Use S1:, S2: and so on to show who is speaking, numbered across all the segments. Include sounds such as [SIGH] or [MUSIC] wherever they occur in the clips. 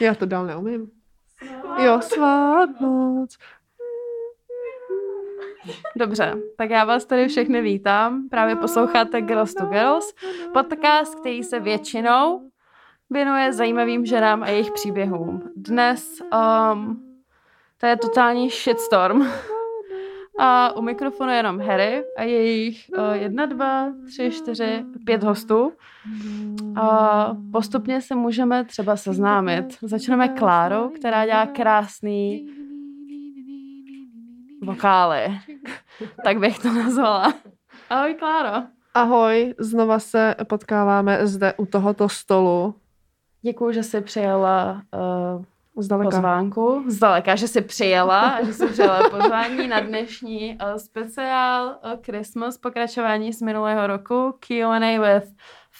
S1: Já to dál neumím. Jo, svátnoc.
S2: Dobře, tak já vás tady všechny vítám. Právě posloucháte Girls to Girls, podcast, který se většinou věnuje zajímavým ženám a jejich příběhům. Dnes um, to je totální shitstorm. A u mikrofonu je jenom Harry a jejich uh, jedna, dva, tři, čtyři, pět hostů. A postupně se můžeme třeba seznámit. Začneme Klárou, která dělá krásný
S3: [LAUGHS]
S2: vokály. tak bych to nazvala. Ahoj, Kláro.
S1: Ahoj, znova se potkáváme zde u tohoto stolu.
S2: Děkuji, že jsi přijela uh,
S1: Zdaleka.
S2: pozvánku. Zdaleka, že jsi přijela a že jsi [LAUGHS] přijela pozvání na dnešní uh, speciál uh, Christmas, pokračování z minulého roku, Q&A with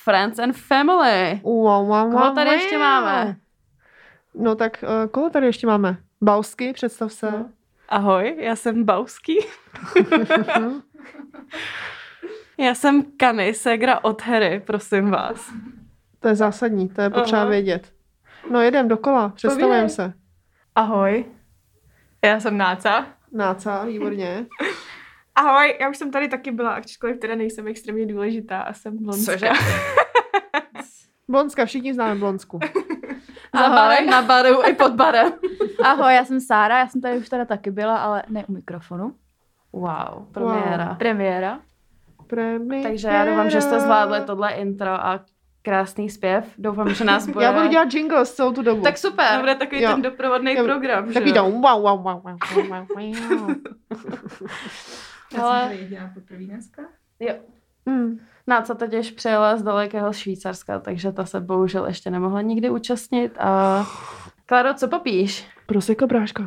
S2: friends and family.
S1: Wow, wow,
S2: Koho
S1: wow,
S2: tady
S1: wow.
S2: ještě máme?
S1: No tak eh, koho tady ještě máme? Bausky, představ se.
S2: No.
S3: Ahoj, já jsem Bausky.
S1: Mhm.
S3: Já jsem Kany, ségra od Harry, prosím vás.
S1: to je zásadní, to je potřeba
S3: Aha.
S1: vědět. No jedem dokola, představujeme
S3: Povídej.
S1: se.
S3: Ahoj, já jsem Náca.
S1: Náca, výborně.
S4: Ahoj, já už jsem tady taky byla, ačkoliv teda nejsem extrémně důležitá a jsem blondská.
S2: [LAUGHS] Cože?
S1: Blonska, všichni známe Blonsku.
S2: Za barem, na baru i pod barem.
S5: Ahoj, já jsem Sára, já jsem tady už teda taky byla, ale ne u mikrofonu.
S2: Wow, premiéra.
S5: Premiéra.
S1: Premiéra.
S2: Takže já doufám, že jste zvládli tohle intro a krásný zpěv. Doufám, že
S3: [LAUGHS]
S2: nás bude...
S1: Já budu dělat jingles celou tu dobu.
S2: Tak super.
S3: To bude takový
S1: Jo.
S3: jo. ten doprovodný
S1: Jo.
S3: program,
S1: Takový
S3: že? jo?
S1: tam wow, wow, wow, wow, wow, wow, wow.
S2: Ale-
S6: dělá poprvé dneska.
S1: Mm.
S2: Náca totiž přijela z dalekého Švýcarska, takže ta se bohužel ještě nemohla nikdy účastnit. A... Klaro, co popíš?
S1: Prosecco, bráško.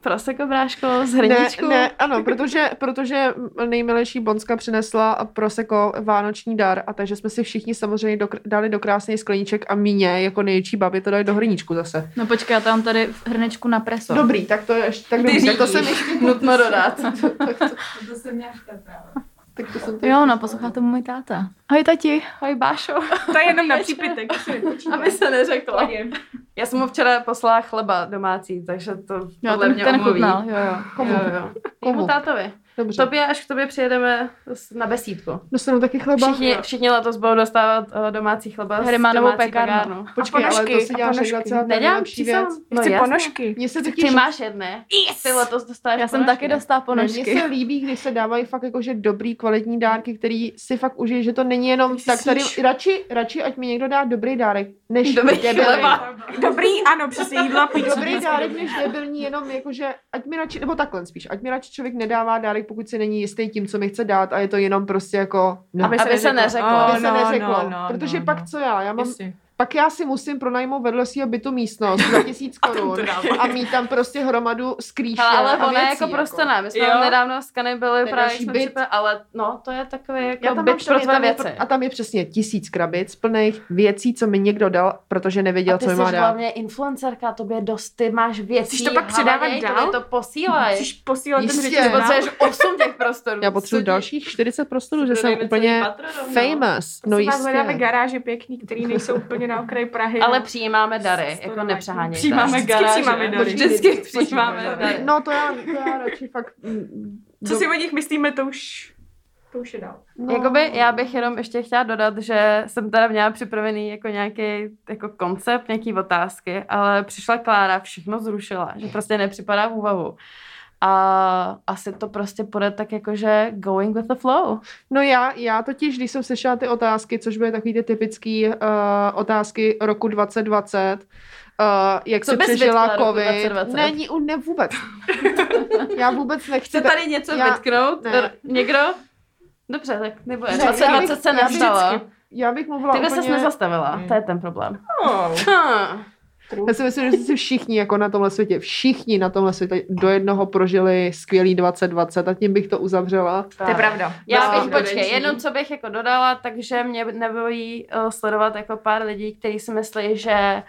S2: Prosecco, bráško, z
S1: Ne,
S2: hrníčku?
S1: ne, ano, protože, protože nejmilejší Bonska přinesla Prosecco vánoční dar a takže jsme si všichni samozřejmě do, dali do krásný skleníček a míně jako největší babě to dali do hrníčku zase.
S5: No počkej, já to mám tady v hrnečku na preso.
S1: Dobrý, tak to je ještě, tak, dobrý, tak to jsem ještě,
S2: Nutno dodat.
S1: [LAUGHS]
S6: No to jsem měla právě.
S1: tak to jsem to
S5: Jo, no, poslouchá to můj táta. Ahoj, tati.
S2: Hoj, Bášo.
S4: To je jenom na přípitek. to si nepočítám.
S2: [LAUGHS] Aby se neřekla.
S4: Pohodě.
S2: Já jsem mu včera poslala chleba domácí, takže to
S5: Jo,
S2: podle
S5: ten,
S2: mě
S5: ten
S2: omluví.
S5: chutnal, jo, jo.
S1: Komu?
S2: Jo, jo.
S1: Komu?
S2: Komu? tátovi.
S1: Dobře,
S2: Tobě, až k tobě přijedeme s- na besídku.
S1: dostanu taky chleba.
S2: Všichni, všichni letos budou dostávat eh, domácí chleba
S5: Harry má
S2: z
S5: novou
S2: domácí
S5: pekárnu.
S2: pekárnu.
S1: Počkej, ale to
S4: ponožky,
S1: si
S4: a
S1: děláš
S4: ponožky.
S1: regulace a to je
S2: Nedělám
S1: nejlepší věc.
S2: číslo.
S4: Chci
S2: jasně.
S4: ponožky.
S1: Mně se totiž
S2: Ty máš jedny. Yes! Ty letos dostáváš
S5: Já jsem taky dostala
S1: No, Mně
S2: [LAUGHS]
S5: ponožky.
S1: se líbí, když se dávají fakt jakože dobrý kvalitní dárky, který si fakt užije, že to není jenom
S4: si
S1: tak tady,
S4: sníš.
S1: radši, radši ať mi někdo dá dobrý dárek, než
S2: Dobrý
S1: debilní.
S2: chleba.
S4: Dobrý, ano, přesně jídlo a pití.
S1: Dobrý dárek, než debilní, jenom jakože, ať mi radši, nebo takhle spíš, ať mi radši člověk nedává dárek, pokud si není jistý tím, co mi chce dát a je to jenom prostě jako, no,
S2: Aby se neřeklo.
S1: aby
S2: Aby
S1: se
S2: no,
S1: neřeklo,
S3: no,
S1: protože pak co já, já mám, pak já si musím pronajmout vedle svého bytu místnost
S2: [LAUGHS]
S1: za tisíc korun a mít tam prostě hromadu skrýše
S2: Hele, ale
S1: a
S2: ona
S1: věcí,
S2: je jako prostě ne. My jsme
S3: Jo.
S2: nedávno s Kany byli
S1: je
S2: právě,
S1: další
S2: jsme
S1: byt.
S2: připa- ale no, to je takový
S1: Já
S2: jako
S1: tam mám
S2: byt pro
S1: čtyři,
S2: tvé
S1: tam je
S2: věci.
S1: pr- a tam je přesně tisíc krabic plných věcí, co mi někdo dal, protože nevěděl,
S2: a ty
S1: co mi
S2: jsi
S1: má dát.
S2: hlavně influencerka, tobě dost, ty máš věci.
S4: Chceš to pak předávat
S2: hlavně
S4: dál?
S2: tobě to posílaj.
S4: Chceš posílat ten
S1: Jistě.
S4: řetěz
S1: Nebo
S4: dál?
S2: Potřebuješ 8 těch prostorů.
S1: Já potřebuji
S2: Sudí-
S1: dalších 40 prostorů, že
S3: Sudí-
S1: jsem
S3: Sudí-
S1: úplně
S3: Sudí- Sudí-
S1: famous. No
S4: Prosím vás, hledáme
S1: jistě.
S4: garáže pěkný, které nejsou úplně na okraji Prahy.
S2: Ale
S4: no.
S2: přijímáme dary,
S6: Sto
S2: jako
S6: dolarů.
S2: nepřehánějte.
S3: Přijímáme
S4: Vždycky
S3: garáže.
S4: přijímáme dary.
S3: Vždycky přijímáme
S2: Přijímáme
S3: dary.
S2: dary.
S1: No to já, to já radši fakt... mm,
S4: Co
S1: do-
S4: si o nich myslíme, to už... To už je dál.
S1: no.
S2: Jakoby já bych jenom ještě chtěla dodat, že jsem teda měla připravený jako nějaký jako koncept, nějaký otázky, ale přišla Klára, všechno zrušila, že prostě nepřipadá v úvahu. A asi to prostě půjde tak jako, že going with the flow.
S1: No já, já totiž, když jsem slyšela ty otázky, což byly takový ty typický uh, otázky roku 2020, Uh, jak
S2: Co
S1: se
S2: bys
S1: přežila
S2: vytkla roku
S1: covid.
S2: 2020?
S1: Není, u- ne vůbec. [LAUGHS] Já vůbec nechci.
S2: Chce
S1: ta-
S2: tady něco
S1: Jako já-
S2: vytknout?
S1: ne.
S2: Er, Někdo? Dobře, tak nebude.
S1: Ne, já
S2: 2020
S1: bych-
S2: se
S1: já bych
S2: nestalo.
S1: Já bych mluvila
S2: Ty bys
S1: úplně... Hmm.
S2: se nezastavila, to je ten problém.
S4: Oh.
S2: Hm.
S1: Já si myslím, že si všichni jako na tomhle světě, všichni na tomhle světě do jednoho prožili skvělý 2020 a tím bych to uzavřela.
S4: To je pravda.
S2: Já
S1: No,
S2: bych,
S4: konečný.
S2: počkej, jenom co bych jako eh, dodala, takže mě nebojí uh, sledovat jako pár lidí, kteří si myslí, že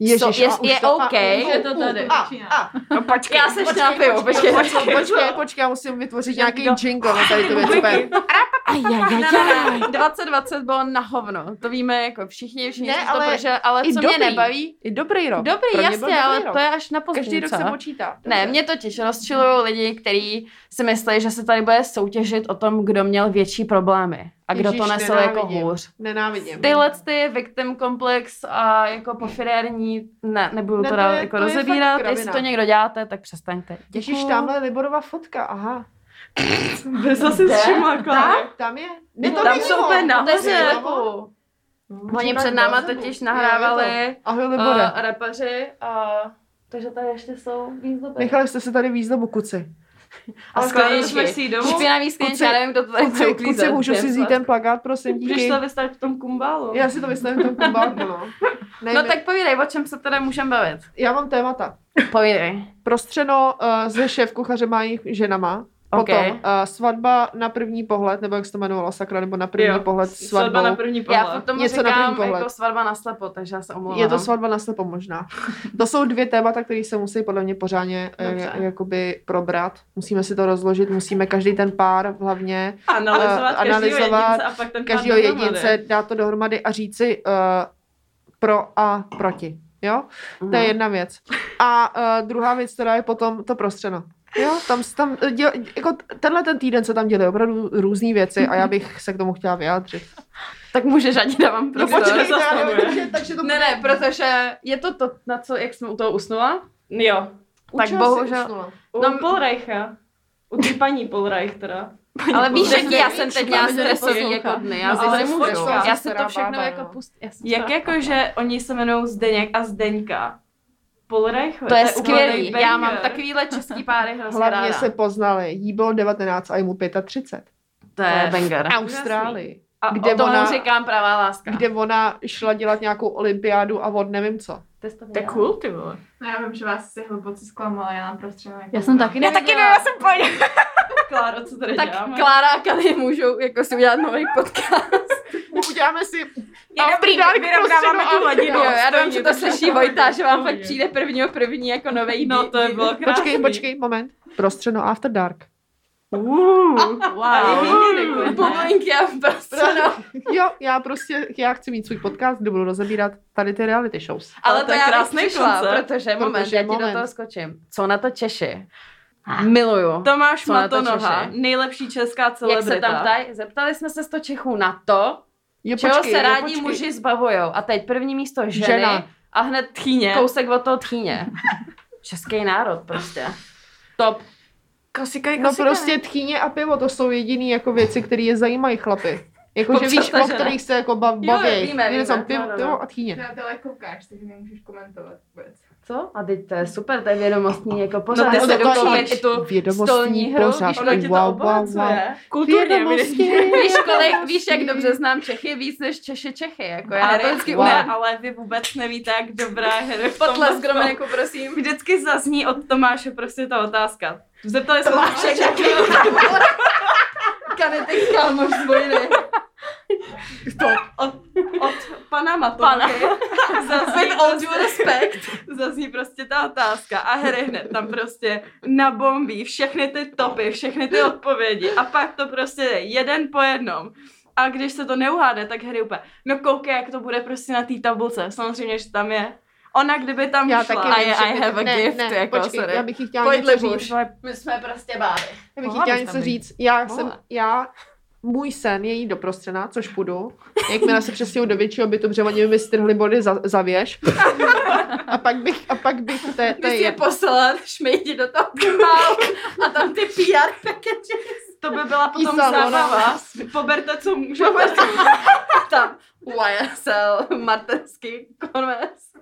S1: Ježiš,
S2: je-
S1: a už
S2: je
S1: to-
S2: OK.
S1: a-
S6: Je to tady.
S1: A, a,
S4: No počkej.
S2: Já se šnápiju, počkej, počkej.
S1: počkej, počkej, počkej, já musím vytvořit nějaký jingle na tady ty věci. úplně.
S2: Ajajajaj.
S1: [LAUGHS]
S2: 2020 bylo na hovno, to víme jako všichni, všichni
S1: Ne,
S2: jsme to
S1: ale
S2: prožili, ale
S1: i
S2: co
S1: dobrý.
S2: mě nebaví,
S1: I dobrý rok. Pro
S2: dobrý,
S1: mě byl
S2: jasně, ale
S1: dobrý rok.
S2: to je až na
S1: Každý
S2: později,
S1: rok
S2: co?
S1: se počítá.
S2: Ne,
S1: Dobře.
S2: mě totiž rozčilují lidi, kteří si myslí, že se tady bude soutěžit o tom, kdo měl větší problémy a kdo to
S1: Ježíš,
S2: nesl jako
S1: nenávidím.
S2: hůř.
S1: Nenávidím.
S2: Tyhle ty victim komplex a jako pofirérní, ne, nebudu
S1: Ne,
S2: to
S1: to
S2: dál
S1: je-
S2: jako
S1: to je fakt
S2: rozebírat, jestli
S1: kravina.
S2: to někdo děláte, tak přestaňte.
S1: Ježíš, tamhle Liborova
S2: [LAUGHS]
S1: fotka, aha.
S3: Zase
S2: Kde?
S3: všimla, Klára.
S1: Tam je.
S2: No,
S1: Ne, to
S3: Tam
S1: není
S3: jsou
S1: on.
S3: úplně na
S1: To je
S2: hoře.
S1: Libor.
S2: Oni
S1: Počítá
S2: před náma
S1: dva zebu.
S2: totiž
S1: Jo, je
S2: nahrávali
S1: to. Ahoj, Libore.
S2: uh, rapeři, uh, takže tady ještě jsou výzdoby.
S1: Nechali jste se tady výzdobu kuci.
S2: A
S3: A skládali jsme
S2: skleničky.
S3: si ji domů.
S2: Špinavý skleničky, já nevím, kdo to tady bude
S1: Kuci,
S2: uklízet.
S1: kuci, můžu si vzít ten plagát, prosím,
S3: Můžeš
S1: díky.
S3: to vystavit v tom kumbálu.
S1: Já si to vystavím tam kumbálku,
S3: [LAUGHS]
S1: no. Ne,
S2: No
S1: my-
S2: tak povídej, o čem se teda můžeme
S1: [LAUGHS]
S2: bavit.
S1: Já mám témata.
S2: Povídej.
S1: Prostřeno uh, se šéf kuchařema jejich ženama. Potom
S2: Okay.
S1: uh, svatba na první pohled, nebo jak se to jmenovalo, sakra, nebo na první
S3: Jo,
S1: pohled svatbou.
S3: Svatba na první pohled.
S2: Já fakt tomu
S1: Něco na
S2: říkám
S1: první pohled.
S2: jako svatba na slepo, takže já se omlouvám.
S3: no.
S1: Je to svatba na slepo možná. To jsou dvě témata, které se musí podle mě pořádně
S4: Dobře.
S1: eh, jakoby probrat. Musíme si to rozložit, musíme každý ten pár hlavně,
S3: Analyzovat,
S1: eh,
S3: každýho
S1: analyzovat
S3: jedince a pak ten pár
S1: každého
S3: dohromady.
S1: jedince dát to dohromady a říci uh, pro a proti. Jo?
S2: Mhm.
S1: To je jedna věc. A uh, druhá věc, která je potom to prostřeno. Jo, tam, s- tam eh, děl, jako tenhle ten týden se tam děly opravdu různé věci a já bych se k tomu chtěla vyjádřit.
S2: Tak můžeš, ať dávám
S1: No
S2: prostor.
S1: počkej,
S3: to
S1: já nevím,
S3: zastavuje.
S1: takže, takže to
S2: Ne, ne, protože je to to, na co, jak jsme u toho usnula.
S3: Jo.
S1: U
S2: tak
S1: čeho
S2: bohužel-
S1: jsi usnula?
S3: U
S2: No,
S3: no, Polreicha. U té paní Polreich teda.
S2: Ale víš,
S3: Polreich.
S2: že já jsem teď měla
S5: Máme tady
S2: stresový
S5: poslouchat.
S2: jako dny. Já,
S1: No,
S2: si
S1: ale
S2: nemůžu.
S1: počkej,
S2: já
S1: já
S2: si
S1: jsem
S2: to
S1: stará
S2: všechno
S1: bába,
S2: jako
S1: no.
S2: pustím. já jsem
S3: Jak
S2: stará
S3: jako,
S2: bába.
S3: že oni se jmenují Zdeněk a Zdeňka. Polreich.
S2: To je
S3: úplný
S2: skvělý. Já
S3: banger.
S2: mám takovýhle český páry hrozně
S1: Hlavně
S2: ráda.
S1: se poznali. Jí bylo 19 a jemu 35.
S2: To je banger.
S1: V Austrálii.
S3: A
S1: Kde
S3: o-
S2: Tomu
S1: ona-
S2: říkám pravá láska.
S1: Kde ona šla dělat nějakou olympiádu a od nevím co.
S2: Ty jsi to
S3: To je
S2: viděla?
S3: cool, ty vole.
S6: No, já vím, že vás si hluboce zklamala, já prostě mám prostřenou.
S5: Já jsem taky
S4: Já taky ne, já jsem pojď.
S6: [LAUGHS]
S3: Kláro, co tady
S2: Tak
S3: děláme?
S2: Klára a Kali můžou jako si udělat [LAUGHS] nový podcast.
S1: Uděláme si
S4: Je dobrý,
S1: Dárek
S4: vyrovnáváme
S1: prostředu
S4: tu hladinu.
S2: prostě Jo, já doufám, že to slyší Vojta, že vám fakt
S3: Je.
S2: přijde prvního první jako nový
S3: No, to
S2: [LAUGHS]
S3: je bylo krásný.
S1: Počkej, počkej, moment. Prostřeno After Dark.
S3: Ale nikdy
S2: [LAUGHS]
S3: neklidné.
S2: Povolenky a prostě no.
S1: [LAUGHS] Jo, já prostě, já chci mít svůj podcast, kde budu rozebírat tady ty reality shows.
S2: Ale to
S3: to je
S2: já bych
S3: krásný
S2: přišla,
S3: koncept.
S2: protože moment,
S1: Protože
S2: já ti do
S1: moment.
S2: toho skočím. Co na to Češi? Ah, Miluju.
S3: Tomáš
S2: Co na to
S3: Matonoha,
S2: Češi?
S3: nejlepší česká
S2: Jak
S3: celebrita.
S2: se tam ptají? Zeptali jsme se 100 Čechů na to,
S1: Je,
S2: čeho se rádi
S1: počkej.
S2: muži zbavujou. A teď první místo ženy
S1: Žena.
S2: a hned
S3: Tchýně.
S2: kousek od toho tchýně. Prostě [LAUGHS] Český národ prostě. Top.
S4: Kosika je
S2: jako
S1: No
S4: kosika.
S1: prostě tchýně a pivo, to jsou jediný jako věci, které je zajímají chlapy. Jako, že víš,
S2: Podstatě
S1: o
S2: ne.
S1: kterých se jako baví.
S2: Jo, jo, víme, víme.
S1: pivo,
S2: No, no, no.
S1: pivo a tchýně.
S6: Na jako tele koukáš, takže nemůžeš komentovat vůbec.
S2: Co? A teď to je super, to je vědomostní jako
S3: No,
S2: pořád.
S3: ty
S2: Já
S3: se
S2: se
S3: dokážeš-
S2: dokoukám i tu stolní
S1: vědomostní
S2: hru,
S1: pořád.
S2: víš,
S3: Ono tě to
S1: Wow, wow, wow.
S3: obohacuje. Kulturně,
S1: Kulturnosti.
S2: [LAUGHS] Víš, kolik, víš, jak dobře znám Čechy, víc než Češi Čechy, jako já
S3: Ale,
S2: to vždycky
S1: wow.
S3: ne,
S2: umím.
S3: ale vy vůbec nevíte, jak dobrá hry v tom
S2: Potlesk
S3: jsou.
S2: Dominiku, jako prosím.
S3: [LAUGHS] Vždycky zazní od Tomáše prostě ta otázka. Zeptali jsme no. se,
S2: Tomášek,
S3: [LAUGHS]
S2: jaký Kanetek kalmož z vojny.
S3: od, od pana
S2: Pana.
S1: [LAUGHS]
S3: Matolky zazní, prostě-
S2: With all due respect.
S3: [LAUGHS] zazní prostě ta otázka a hry hned tam prostě nabombí všechny ty topy, všechny ty odpovědi a pak to prostě jde jeden po jednom. A když se to neuháde, tak hry úplně, no koukej, jak to bude prostě na té tabulce. Samozřejmě, že tam je. Ona kdyby tam
S1: Já
S3: šla.
S1: taky
S2: A
S1: vím,
S2: je-
S1: že
S2: I
S1: by-
S2: have a
S1: ne,
S2: gift,
S1: ne,
S2: jako,
S1: počkej,
S2: sorry.
S1: já bych jí chtěla
S2: Pojďle
S1: něco říct.
S2: bůž. My jsme prostě báby.
S1: Já bych jí
S2: Mohla
S1: chtěla
S2: bys
S1: něco
S2: tam být.
S1: říct. Já
S2: Mohla.
S1: jsem, já, můj sen je jít do prostřena, což půjdu. Jakmile se přestěhu do většího bytu, protože oni by mi strhli body za, za věž. A pak bych, a pak bych, to je, to
S2: Ty si je
S1: je,
S2: poslala, šmejdi do toho kmálu a tam ty PR package
S3: To by byla potom
S1: Písalo, no. [LAUGHS]
S3: zábava. Poberte, co můžete.
S2: tam. YSL, Martenský konvers.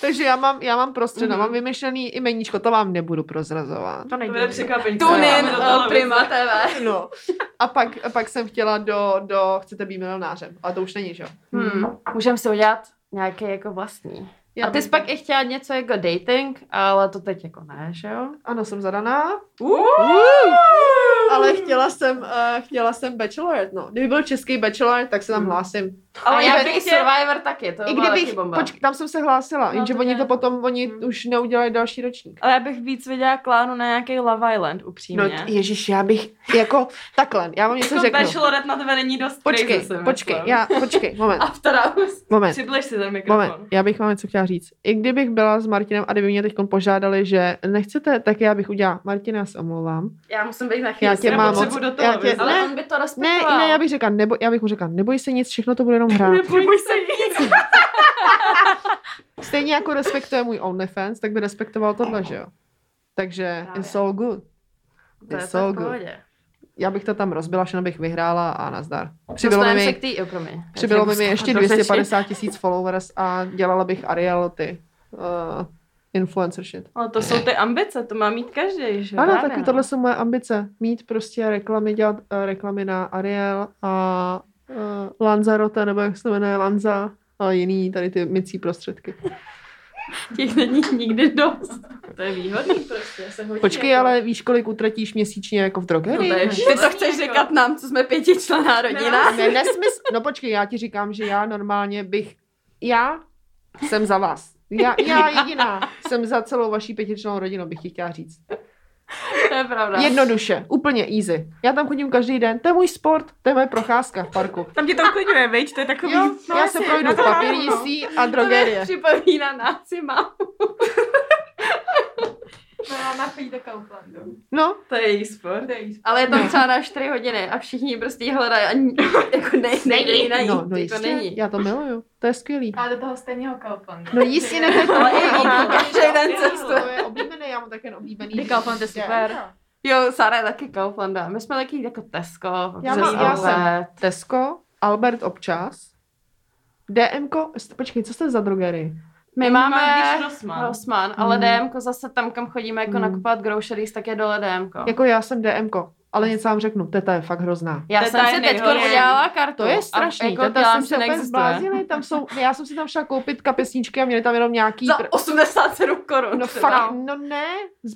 S1: takže já mám, já mám
S2: Mhm.
S1: prostřena, mám vymyšlený i meníčko, to vám nebudu prozrazovat.
S4: To
S3: To
S4: nejde.
S3: bude překvapení. co
S2: Tune in,
S3: dáme do televize.
S2: eh, Prima TV.
S1: No. A pak, a pak jsem chtěla do, do chcete být milionářem, ale to už není, že jo?
S2: Hmm. Můžeme si udělat nějaký jako vlastní.
S1: Já
S2: a ty jsi pak i chtěla něco jako dating, ale to teď jako ne, že jo?
S1: Ano, jsem zadaná.
S3: Uh!
S1: A ale chtěla jsem, uh, chtěla jsem Bachelorette, no. Kdyby byl český Bachelor, tak
S2: Mhm.
S1: se tam hlásím.
S3: Ale
S2: A já bych
S3: bych tě...
S2: Survivor taky, to
S1: I
S2: by byla taky
S1: kdybych,
S2: bomba.
S1: počkej, tam jsem se hlásila,
S2: No,
S1: jenže
S2: to Hmm.
S1: oni
S2: ne.
S1: to potom, oni už neudělali další ročník.
S3: Ale já bych víc viděla Kláru na nějaký Love Island, upřímně.
S1: No, t- ježíš, já bych, jako, takhle, já vám něco
S3: jako
S1: řeknu.
S3: Bachelorette na tebe není dost
S1: Počkej,
S3: crazy, si
S1: počkej,
S3: myslím.
S1: já, počkej, moment,
S3: After hours.
S1: moment.
S3: Přibliž si ten mikrofon.
S1: Moment, já bych vám něco chtěla říct. I kdybych byla s Martinem a kdyby mě teď požádali, že nechcete, tak já bych udělala. Martina, já se omlouvám.
S2: Já musím být na
S1: Já
S2: chvíli.
S1: tě
S3: Já
S1: mám moc.
S3: potřebuji do
S1: Já tě,
S3: televize.
S2: Ale
S1: ne,
S2: on by to
S1: ne,
S2: respektoval.
S1: ne, já bych řekla, nebo, já bych mu řekla, neboj se nic, všechno to bude jenom hra.
S4: Neboj se nic.
S1: [LAUGHS] Stejně jako respektuje můj OnlyFans, tak by respektoval tohle, že jo? Takže
S2: Právě.
S1: it's all good.
S2: To je
S1: It's
S2: to
S1: all
S2: v
S1: good.
S2: pohodě.
S1: Já bych to tam rozbila, všechno bych vyhrála a nazdar. Přibylo mi,
S2: Dostaneme se k
S1: mi,
S2: tý, jo, promiň. Já tě
S1: přibylo mi
S2: musím
S1: ještě
S2: odročit. [LAUGHS]
S1: 250 tisíc followers a dělala bych Ariel ty uh, influencer shit.
S3: Ale to jsou ty ambice, to má mít každý, že?
S1: Ano,
S2: právě,
S1: tak
S2: no.
S1: tohle jsou moje ambice. Mít prostě reklamy, dělat eh, reklamy na Ariel a uh, Lanzarote, nebo jak se jmenuje Lanza, ale jiný tady ty mycí prostředky.
S3: Těch není nikdy dost. To je výhodný prostě, se hodí.
S1: Počkej,
S3: jako-
S1: ale víš, kolik utratíš měsíčně jako v
S3: No, to
S1: drogerii?
S3: je jako-
S2: Ty to chceš říkat nám, co jsme pětičlená rodina?
S1: Ne, nesmysl. No počkej, já ti říkám, že já normálně bych, já jsem za vás. Já, já jediná jsem za celou vaší pětičnou rodinu, bych ti chtěla říct.
S3: to je pravda.
S1: Jednoduše, úplně easy. Já tam chodím každý den, to je můj sport, to je moje procházka v parku.
S4: Tam tě to uklidňuje, veď? To je takový...
S1: Jo, no, já se projdu
S4: to ráno, no.
S1: papírisí a drogerie.
S2: Připomíná nás, si mám.
S6: Byla na chodí do Kauflandu.
S1: No,
S3: To je její sport.
S6: To je jí
S2: Ale je tam třeba na 4 hodiny a všichni prostě ji hledají a ni- [LAUGHS] jako nej, nejde ji najít.
S1: no, no
S2: jako
S1: jistě,
S2: není.
S1: já to miluju, to je skvělý.
S6: Ale do toho stejného Kauflandu.
S1: No jistě ne, to je
S2: Ale
S1: to-
S2: i ona každý den cestuje.
S1: To je oblíbený, já mám také oblíbený.
S5: Decathlon,
S1: prostě-
S5: to je super.
S2: Jo, Sara je taky Kauflanda. My jsme taky jako Tesco,
S1: Já
S2: přes
S1: mám- já jsem-
S2: outlet.
S1: Tesco, Albert občas, DMko, s- počkej, co jste za drogery?
S2: My máme
S3: Když Rosman.
S2: Rossmann, ale
S1: Mm.
S2: DMko zase tam, kam chodíme jako
S1: Mm.
S2: nakupovat groceries, tak je dole DMko.
S1: Jako já jsem DMko, ale něco vám řeknu, teta je fakt hrozná.
S2: Já
S3: Teta
S2: jsem
S3: je
S2: si teď
S3: nejhorší.
S2: udělala kartu.
S1: To je strašný,
S2: A jako
S1: teta
S2: dělám,
S1: jsem
S2: že
S1: se úplně
S2: neexistuje.
S1: zbláznili, tam jsou, no, já jsem si tam šla koupit kapesníčky a měli tam jenom nějaký... pr-
S2: Za 87 korun.
S1: No fakt, no ne,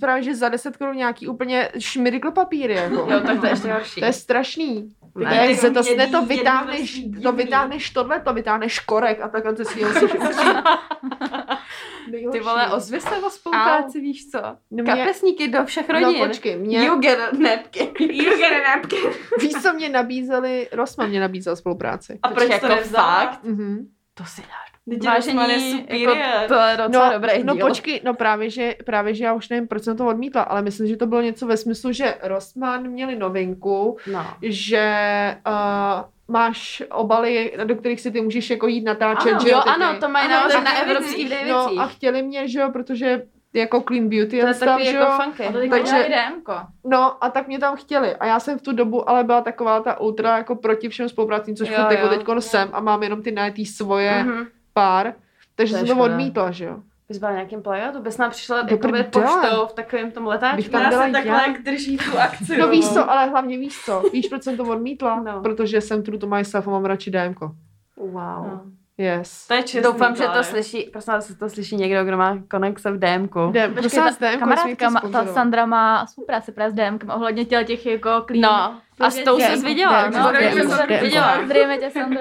S1: právě, že za 10 korun nějaký úplně šmirgl papír, jako.
S2: Jo, tak to je ještě horší.
S1: To je strašný.
S2: Ne.
S1: Ne, se to,
S3: Jedný,
S1: ne, to
S3: jedno
S1: vytáhneš,
S3: vlastní
S1: to
S3: divný.
S1: vytáhneš tohle, to vytáhneš korek a takhle se si ho musíš
S2: [LAUGHS] Ty
S1: učit.
S2: vole, ozvi se o spolupráci, víš co?
S1: no, mě,
S2: Kapesníky do všech
S1: no
S2: rodin.
S1: počkej, mě,
S2: You get a napkin.
S4: You get an napkin.
S1: [LAUGHS] víš co mě nabízeli, Rosma mě nabízel spolupráci.
S3: A proč to
S2: Jako
S3: nevzala?
S2: fakt?
S1: Mhm.
S2: To si dáš.
S3: Teď
S2: Vážení,
S3: Rosman je
S2: jako,
S3: superior.
S2: to je docela
S1: No,
S2: no, dobrý
S1: no
S2: díl.
S1: počkej, no právě že, právě, že já už nevím, proč jsem to odmítla, ale myslím, že to bylo něco ve smyslu, že Rosman měli novinku,
S2: No.
S1: že uh, máš obaly, do kterých si ty můžeš jako jít natáčet,
S2: Ano,
S1: že
S2: jo,
S1: teď
S2: ano,
S1: ne.
S2: to mají
S3: Ano,
S2: nahoře
S3: tak
S2: na
S3: nevím,
S2: evropských
S3: vidíš,
S1: No
S2: dejvicích.
S1: a chtěli mě, že jo, protože jako clean beauty
S2: to
S1: a
S2: je
S1: stav,
S2: takový
S1: že
S2: jako
S1: jo.
S2: funky.
S1: Takže-
S5: Takže DMko.
S1: No a tak mě tam chtěli. A já jsem v tu dobu ale byla taková ta ultra jako proti všem spolupracím, což
S2: Jo,
S1: furt jako
S2: jo.
S1: teďkon jsem a mám jenom ty najetý svoje
S2: Mhm.
S1: pár. Takže
S2: To je
S1: jsem to
S2: škoda.
S1: odmítla, že jo.
S2: Bys byla na nějakým playotu, bys nám přišla
S1: Do
S2: jakoby
S1: prdele.
S2: poštou v takovém tom
S1: Bych
S2: letáčku.
S1: tam
S3: Ona
S1: byla
S3: se takhle
S1: já.
S3: jak drží tu akci.
S1: No víš co, ale hlavně víš co. Víš, proč jsem to odmítla?
S2: No.
S1: Protože jsem true to myself a mám radši DMko.
S2: Wow.
S3: No.
S1: Yes.
S3: To je čestný,
S2: Doufám, že to
S3: Klárek.
S2: slyší, prosím vás, že to slyší někdo, kdo má konexe v DMku.
S1: Jdem, prosím vás, DMko, jestli mě chcete
S5: kamarádka, ma- ta
S1: sponzorovat.
S5: Sandra má spolupráci právě s DMkem ohledně těla těch jako clean.
S2: No, a s tou jsi
S5: DMko,
S2: viděla,
S1: DMko,
S2: no,
S1: DMko,
S2: jsi
S1: DMko.
S2: viděla.
S5: Zdravíme tě, Sandro.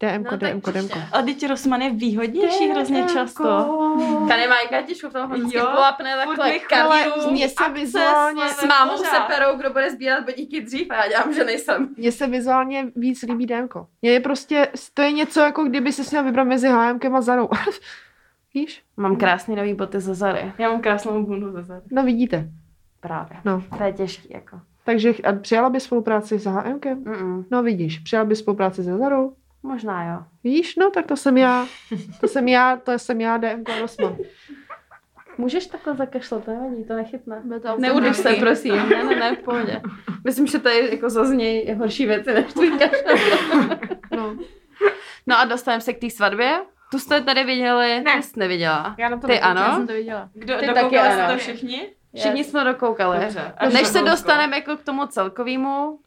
S1: DMko,
S2: No, tak
S1: DMko,
S2: příště.
S1: DMko.
S3: A teď Rosman je výhodnější hrozně často.
S2: Tady má jaká těžko v tom hodně
S3: Jo,
S2: klapne takhle
S3: furt
S1: Ale
S2: kavíru.
S1: mě se vizuálně,
S2: S mámou se perou, kdo bude sbírat bodíky dřív a já dělám, že nejsem.
S1: mě se vizuálně víc líbí DMko. Mně je prostě, to je něco jako kdyby se měl vybrat mezi HMkem a Zarou. [LAUGHS] Víš?
S2: Mám krásný nový boty ze Zary.
S3: Já mám krásnou bundu ze zad.
S1: No vidíte.
S2: Právě.
S1: No.
S2: To je těžký, jako.
S1: Takže ch- a přijala by spolupráci s HMkem?
S2: Mm-mm.
S1: No vidíš, přijala by spolupráci se Zarou?
S2: Možná jo.
S1: Víš, no tak to jsem já. To jsem já, to jsem já, DMko a Rosman. No,
S2: Můžeš takhle zakašlat, to nevadí, to nechytne.
S5: Byl to
S2: Neuduš se,
S5: automatický.
S2: prosím. Ne, ne, ne, v pohodě. Myslím, že tady jako zaznějí horší věci, než tvůj kašel.
S1: No.
S2: No a dostaneme se k té svatbě. Tu jste tady viděli,
S4: Ne.
S2: ne. jsi neviděla.
S4: Já na to
S2: Ty
S4: nekoukám.
S5: Já
S2: ano?
S5: jsem to viděla.
S3: Kdo,
S2: Ty
S3: dokoukali
S2: taky
S3: jste
S2: ano.
S3: to všichni?
S2: Všichni
S5: Yes.
S2: jsme dokoukali.
S3: Dobře.
S2: A
S3: Až
S2: Než
S3: na
S2: se
S3: kousku.
S2: dostaneme jako k tomu celkovému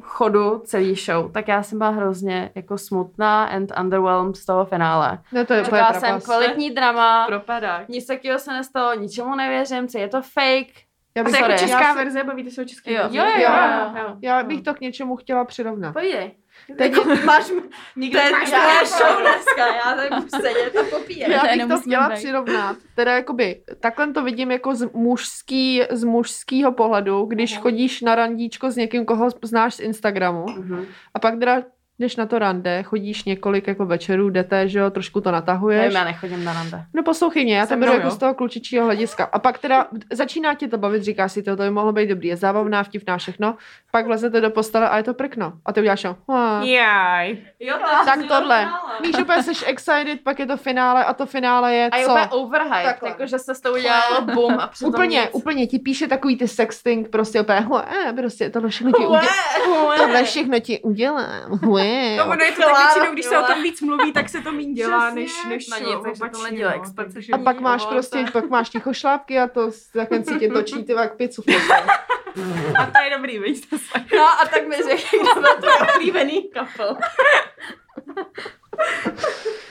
S2: chodu celý show, tak já jsem byla hrozně jako smutná and underwhelmed z toho finále.
S1: no to je úplně
S2: Čekala jsem
S1: trapas.
S2: kvalitní drama,
S3: Propadák.
S2: nic takového se nestalo, ničemu nevěřím, co je to fake,
S1: Já
S4: A to
S1: bych,
S4: je
S2: Sorry.
S4: jako
S1: já
S4: česká
S1: si-
S4: verze, bavíte se o české
S2: Jo.
S4: verzi.
S3: Jo, jo,
S1: Jo.
S3: jo.
S1: já bych to k něčemu chtěla přirovnat.
S3: Povídej.
S1: Teď
S3: máš... Nikdo to je
S4: máš
S3: tvoje show dneska, já tady budu sedět a popíjet.
S1: Já
S5: to
S1: bych
S5: jenom
S1: to
S5: musíme
S1: chtěla
S5: být.
S1: přirovnat. Teda jakoby, takhle to vidím jako z, mužský, z mužskýho pohledu, když chodíš na randíčko s někým, koho znáš z Instagramu a pak teda jdeš na to rande, chodíš několik jako večerů, jdete, že jo, trošku to natahuješ.
S2: Nevím, já nechodím na rande.
S1: No poslouchej mě, já
S4: Se
S1: to beru
S4: mnou,
S1: jako
S4: jo.
S1: z toho klučičího hlediska. A pak teda začíná tě to bavit, říkáš si to, to by mohlo být dobrý, je zábavná, vtipná, všechno. Pak vlezete do postele a je to prkno. A ty uděláš jo. "Ah."
S4: Jaj.
S3: Jo, to
S1: Tak
S3: jsi
S1: tohle.
S3: dohnala.
S1: Víš, úplně jsi excited, pak je to finále a to finále je
S2: A je
S1: co?
S2: úplně overhype,
S1: Takhle.
S2: jakože se s tou udělalo bum a přitom
S1: Úplně,
S2: nic.
S1: úplně, ti píše takový ty sexting, prostě úplně, eh, prostě tohle všechno ti udělám. [LAUGHS] Tohle všechno ti udělám. Hue.
S4: No, ono je to tak
S3: Klára,
S4: většinou, když se o
S3: vole.
S4: tom víc mluví, tak se to míň dělá,
S3: Přesně.
S4: než, než no.
S2: No nic, takže tohle díl expert
S4: takže-
S1: A pak máš prostě, pak máš tichošlápky a to takhle si tě točí ty jak pizzu. v posteli.
S4: A to je dobrý, víš, zase.
S3: No a tak mi řekni, kdo byl tvůj oblíbený kapel.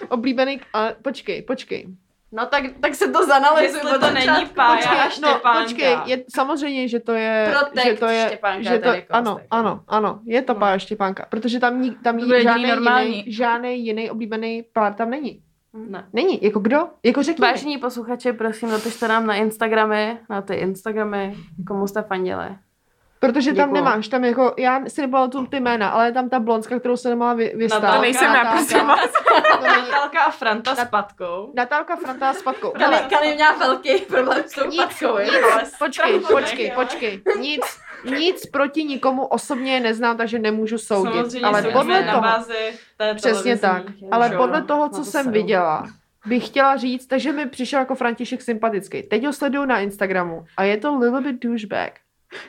S1: Oblíbený, ale počkej, počkej.
S2: No tak, tak se to zanalizuje
S3: Jestli to není
S1: Počkej,
S3: pája a
S1: no,
S3: Štěpánka.
S1: počkej, je, samozřejmě, že to je...
S2: Protect
S1: že to je,
S2: Štěpánka
S1: že to,
S2: tady
S1: ano,
S2: kousek.
S1: ano, ano, je to pája Štěpánka, protože tam, nik, tam
S2: To
S1: jí,
S2: bude
S1: žádný,
S2: normální.
S1: jiný, žádný jiný oblíbený pár tam není.
S2: Ne.
S1: Není, jako kdo? Jako řekni mi.
S2: Vážení posluchači, prosím, napište nám na Instagramy, na ty Instagramy, komu jste fandili.
S1: Protože tam
S2: Děkuju.
S1: nemáš, tam jako, já si nepamatuju ty jména, ale je tam ta blonska, kterou se nemá vy, vystát.
S3: Natálka. To
S4: nejsem já, prosím vás.
S3: Natálka a Franta s Patkou.
S1: Natálka Frantá s Patkou. Hele,
S3: Kali, Kali měla velký problém s tou
S1: Nic,
S3: Patkou.
S1: nic,
S3: jo, ale
S1: počkej,
S3: strašně.
S1: počkej, počkej. Nic, nic proti nikomu osobně je neznám, takže nemůžu soudit.
S3: Samozřejmě
S1: ale
S3: soudíme
S1: podle
S3: na
S1: toho,
S3: bázi té
S1: přesně
S3: televizní
S1: tak, ale
S3: show.
S1: podle toho,
S2: na
S1: co
S2: to
S1: jsem
S2: seru.
S1: viděla, bych chtěla říct, takže mi přišel jako František sympatický. Teď ho sleduju na Instagramu a je to little bit douchebag.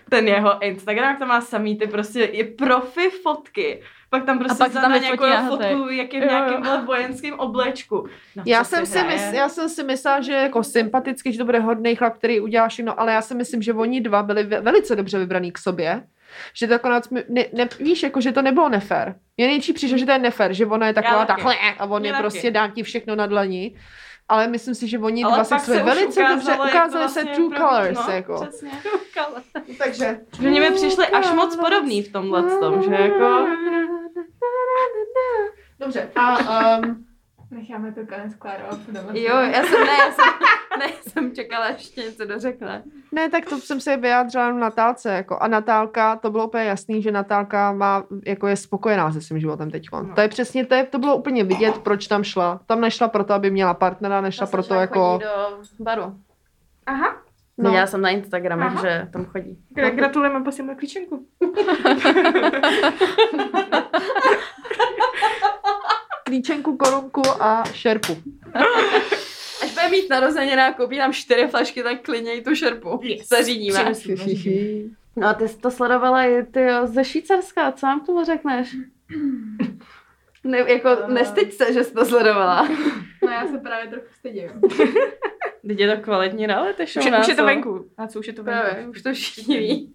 S3: Ten jeho Instagram, tam má samý ty prostě i profi fotky. Pak tam prostě
S5: A pak
S3: pak
S5: si
S3: zadá
S5: tam vyfotí
S3: nějakou
S5: náhodou.
S3: fotku, jak je v
S5: Jo, jo.
S3: nějakém vole, vojenském oblečku. No,
S1: Já
S3: co
S1: jsem, si
S3: hraje?
S1: mysl, já jsem si myslela, že je jako sympatický, že to bude hodný chlap, který udělá všechno, ale já si myslím, že oni dva byli ve- velice dobře vybraný k sobě. Že to konec, ne, ne, víš, jako, že to nebylo nefér. Mně nejdřív přišlo, že to je nefér, že ona je taková
S3: Já taky.
S1: takhle a on je
S3: Mě taky.
S1: prostě dám ti všechno na dlani. Ale myslím si, že oni
S3: Ale
S1: dva se
S3: pak
S1: svoje
S3: se už
S1: velice dobře
S3: jak to
S1: ukázali
S3: vlastně
S1: se
S3: je
S1: true
S3: pro-
S1: colors.
S3: no,
S1: jako.
S3: Přesně, true colors.
S1: Takže
S3: Že mě by přišli až moc podobný v tomhle tom, že jako...
S1: Dobře, a um,
S6: Necháme to konec Kláro a půjdeme.
S2: Jo, já jsem, ne, já jsem, ne, já jsem čekala, ještě něco dořekne.
S1: ne, tak to jsem se vyjádřila jenom Natálce, jako, a Natálka, to bylo úplně jasný, že Natálka má, jako je spokojená se svým životem teď. No. To je přesně, to, je, to bylo úplně vidět, proč tam šla. Tam nešla proto, aby měla partnera, nešla
S2: se
S1: proto,
S2: člověk
S1: jako,
S2: chodí do baru.
S4: Aha,
S1: no,
S2: Já jsem na Instagramech,
S4: Aha.
S2: že tam chodí.
S4: gra- gratulujeme, posílíme klíčenku.
S1: klíčenku, korunku a šerpu.
S2: [LAUGHS] Až bude mít narozenina a koupí nám čtyři flašky, tak klidně i tu šerpu. Yes. Zařídíme. No a ty jsi to sledovala i ty jo, ze Švýcarska, co nám k tomu řekneš? Ne, jako nestyď se, že jsi to sledovala.
S6: No já se právě trochu stydím.
S3: Teď je to kvalitní reality
S4: Už,
S3: show.
S4: je- už je to
S3: Náco.
S4: venku. A co už je to venku?
S2: Právě, už to všichni ví.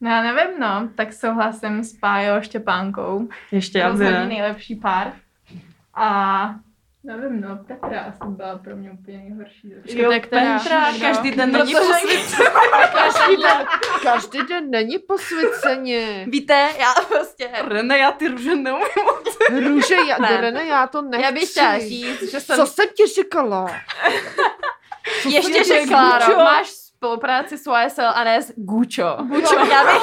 S6: No já nevím, no, tak souhlasím s Pájou a Štěpánkou.
S3: Ještě asi
S6: Rozhodně
S3: ne.
S6: nejlepší pár. A nevím, no, Petra asi byla pro mě úplně nejhorší.
S2: Jo, která?
S3: Petra, každý den není
S2: Protože-
S3: posvícen.
S1: Každý den, každý den není posvěceně.
S2: Víte, já prostě...
S3: René, já ty růže neumím.
S1: Růže, já,
S2: Ne.
S1: René, já to nechci.
S2: No, Já bych chtěla říct, že jsem Jako-
S1: Co jsem ti říkala?
S2: Ještě, že Kláro, máš spolupráci s YSL a ne s Gučo. Gučo. Já bych,